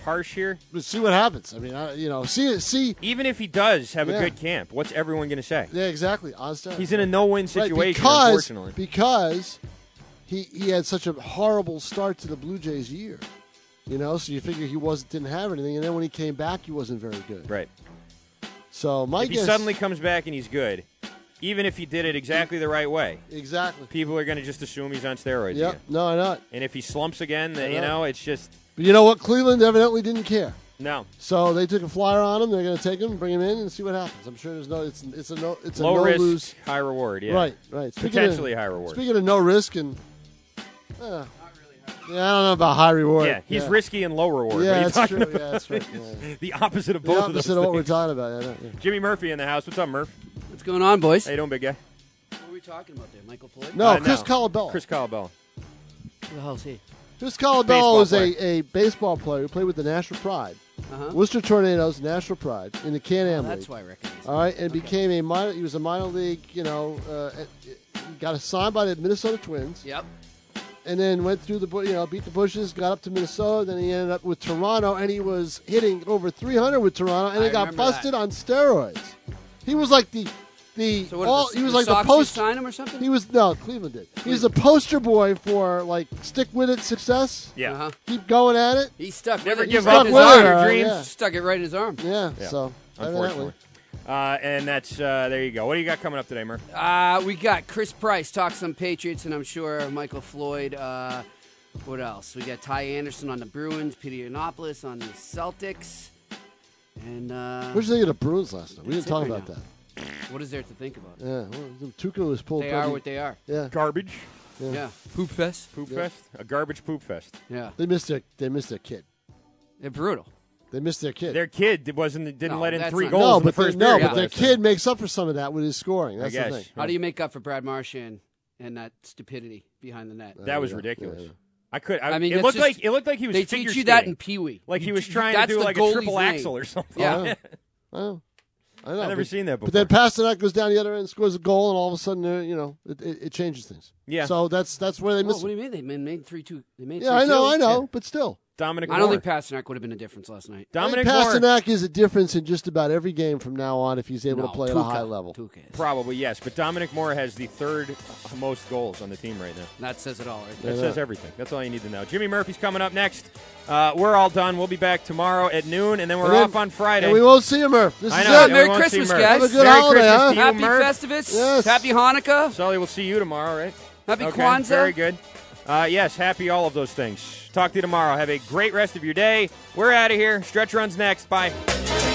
S7: harsh here.
S6: But see what happens. I mean, I, you know, see see.
S7: Even if he does have
S6: Yeah.
S7: a good camp, what's everyone going to say?
S6: yeah, exactly. On steroids.
S7: He's in a no-win
S6: Right,
S7: situation,
S6: because,
S7: unfortunately.
S6: because he he had such a horrible start to the Blue Jays year. You know, so you figure he was didn't have anything, and then when he came back, he wasn't very good.
S7: Right.
S6: So my
S7: if he
S6: guess,
S7: suddenly comes back and he's good, even if he did it exactly the right way,
S6: exactly,
S7: people are going to just assume he's on steroids.
S6: yep,
S7: again.
S6: no, I'm not.
S7: And if he slumps again,
S6: I
S7: then, you
S6: know.
S7: know, it's just
S6: But you know what? Cleveland evidently didn't care.
S7: no.
S6: So they took a flyer on him. They're going to take him, bring him in, and see what happens. I'm sure there's no. It's it's a no. It's
S7: Low
S6: a no
S7: risk,
S6: lose.
S7: high reward. Yeah.
S6: Right, right.
S7: Potentially
S6: of,
S7: high reward.
S6: Speaking of no risk and. Uh, yeah, I don't know about high reward.
S7: Yeah, he's risky and low reward.
S6: Yeah,
S7: What are you
S6: that's
S7: talking
S6: true.
S7: about?
S6: Yeah, that's right.
S7: the opposite of
S6: The
S7: both of
S6: opposite
S7: those
S6: of what we're
S7: things.
S6: talking about. Yeah, yeah.
S7: Jimmy Murphy in the house. What's up, Murph?
S9: What's going on, boys?
S7: How you doing, big guy?
S9: What are we talking about there, Michael Floyd?
S6: No, Chris Colabella.
S7: Chris Colabella.
S9: Who the hell's he?
S6: Chris Colabello
S9: Baseball
S6: is a, a baseball player who played with the National Pride,
S9: Uh-huh.
S6: Worcester Tornadoes National Pride in the Can Am
S9: Oh,
S6: League.
S9: that's why I recognize
S6: All right, and became a minor. He was a minor league. You know, uh, at- he got signed by the Minnesota Twins.
S9: Yep.
S6: And then went through the bu- you know beat the bushes, got up to Minnesota, then he ended up with Toronto, and he was hitting over 300 with Toronto, and
S9: I
S6: he got
S9: remember that.
S6: busted on steroids. He was like the the
S9: So what, did
S6: all,
S9: the-
S6: he was
S9: the
S6: like the
S9: Sox
S6: post
S9: just sign him or something?
S6: He was no Cleveland did. He was the poster boy for like stick with it success.
S7: Yeah.
S6: Keep going at it.
S9: Uh-huh. He stuck.
S7: Never
S9: with it.
S7: give
S9: He stuck
S7: up his
S9: with it.
S7: higher dreams.
S9: He Stuck it right in his arm.
S6: Yeah. So,
S7: unfortunately. Uh, and that's uh, there you go. What do you got coming up today, Murph?
S9: Uh, we got Chris Price talk some Patriots, and I'm sure Michael Floyd. Uh, what else? We got Ty Anderson on the Bruins, Peter Yiannopoulos on the Celtics, and uh,
S6: What did you think of the Bruins last night? We
S9: That's
S6: didn't
S9: it
S6: talk
S9: right
S6: about
S9: now.
S6: that.
S9: What is there to think about?
S6: Yeah, well, Tuca was pulled.
S9: They
S6: bloody-
S9: are what they are.
S6: Yeah,
S7: garbage.
S9: Yeah.
S6: Yeah.
S9: Poop fest.
S7: Poop
S9: Yeah.
S7: fest. A garbage poop fest.
S9: Yeah.
S6: They missed their they missed their kid.
S9: They're brutal.
S6: They missed their kid.
S7: Their kid did- wasn't didn't
S9: No,
S7: let in
S9: that's
S7: three
S9: not-
S7: goals
S6: no,
S7: in
S6: but
S7: the
S6: they-
S7: first
S6: no,
S7: period.
S6: but their
S7: last night.
S6: kid makes up for some of that with his scoring.
S7: I
S6: That's
S7: guess.
S6: the thing.
S9: How do you make up for Brad Martian and that stupidity behind the net?
S7: That was ridiculous. I could. I,
S9: I mean,
S7: it
S9: it's
S7: looked
S9: just-
S7: like it looked like he was.
S9: they
S7: figure
S9: teach you that
S7: skating.
S9: in Pee Wee.
S7: Like he
S9: You
S7: was
S9: teach-
S7: trying to
S9: that's
S7: do
S9: the
S7: like a
S9: goalie's
S7: triple
S9: lane.
S7: axel or something.
S9: Yeah.
S6: I know. I know.
S7: I've never
S6: but-
S7: seen that
S6: But then
S7: before.
S6: Pasternak goes down the other end, scores a goal, and all of a sudden, uh, you know, it, it, it changes things.
S9: Yeah.
S6: So that's that's where they
S9: Well,
S6: missed.
S9: what do you mean they made, made three two? They made
S7: Oh,
S6: yeah, I
S9: 3-2.
S6: know, I know, but still,
S7: Dominic.
S9: I don't
S7: Moore.
S9: think Pasternak would have been a difference last night.
S7: Dominic
S6: I think
S7: Moore.
S6: Pasternak is a difference in just about every game from now on if he's able
S9: No,
S6: to play at a
S9: Tuca.
S6: high level.
S7: Probably yes, but Dominic Moore has the third most goals on the team right now.
S9: That says it all, right?
S7: That says everything. That's all you need to know. Jimmy Murphy's coming up next. Uh, we're all done. We'll be back tomorrow at noon, and then we're
S6: And then-
S7: off on Friday.
S6: And we won't see you, Murph. This
S7: I
S6: is
S7: know,
S6: it.
S7: and we won't see Murph.
S6: Have a good
S7: Merry
S6: holiday,
S7: Christmas
S6: huh?
S7: to you, Murph.
S9: Happy Festivus. Happy Hanukkah.
S7: Sully, we'll see you tomorrow, right?
S9: Happy
S7: okay,
S9: Kwanzaa.
S7: Very good. Uh, yes, happy all of those things. Talk to you tomorrow. Have a great rest of your day. We're out of here. Stretch runs next. Bye.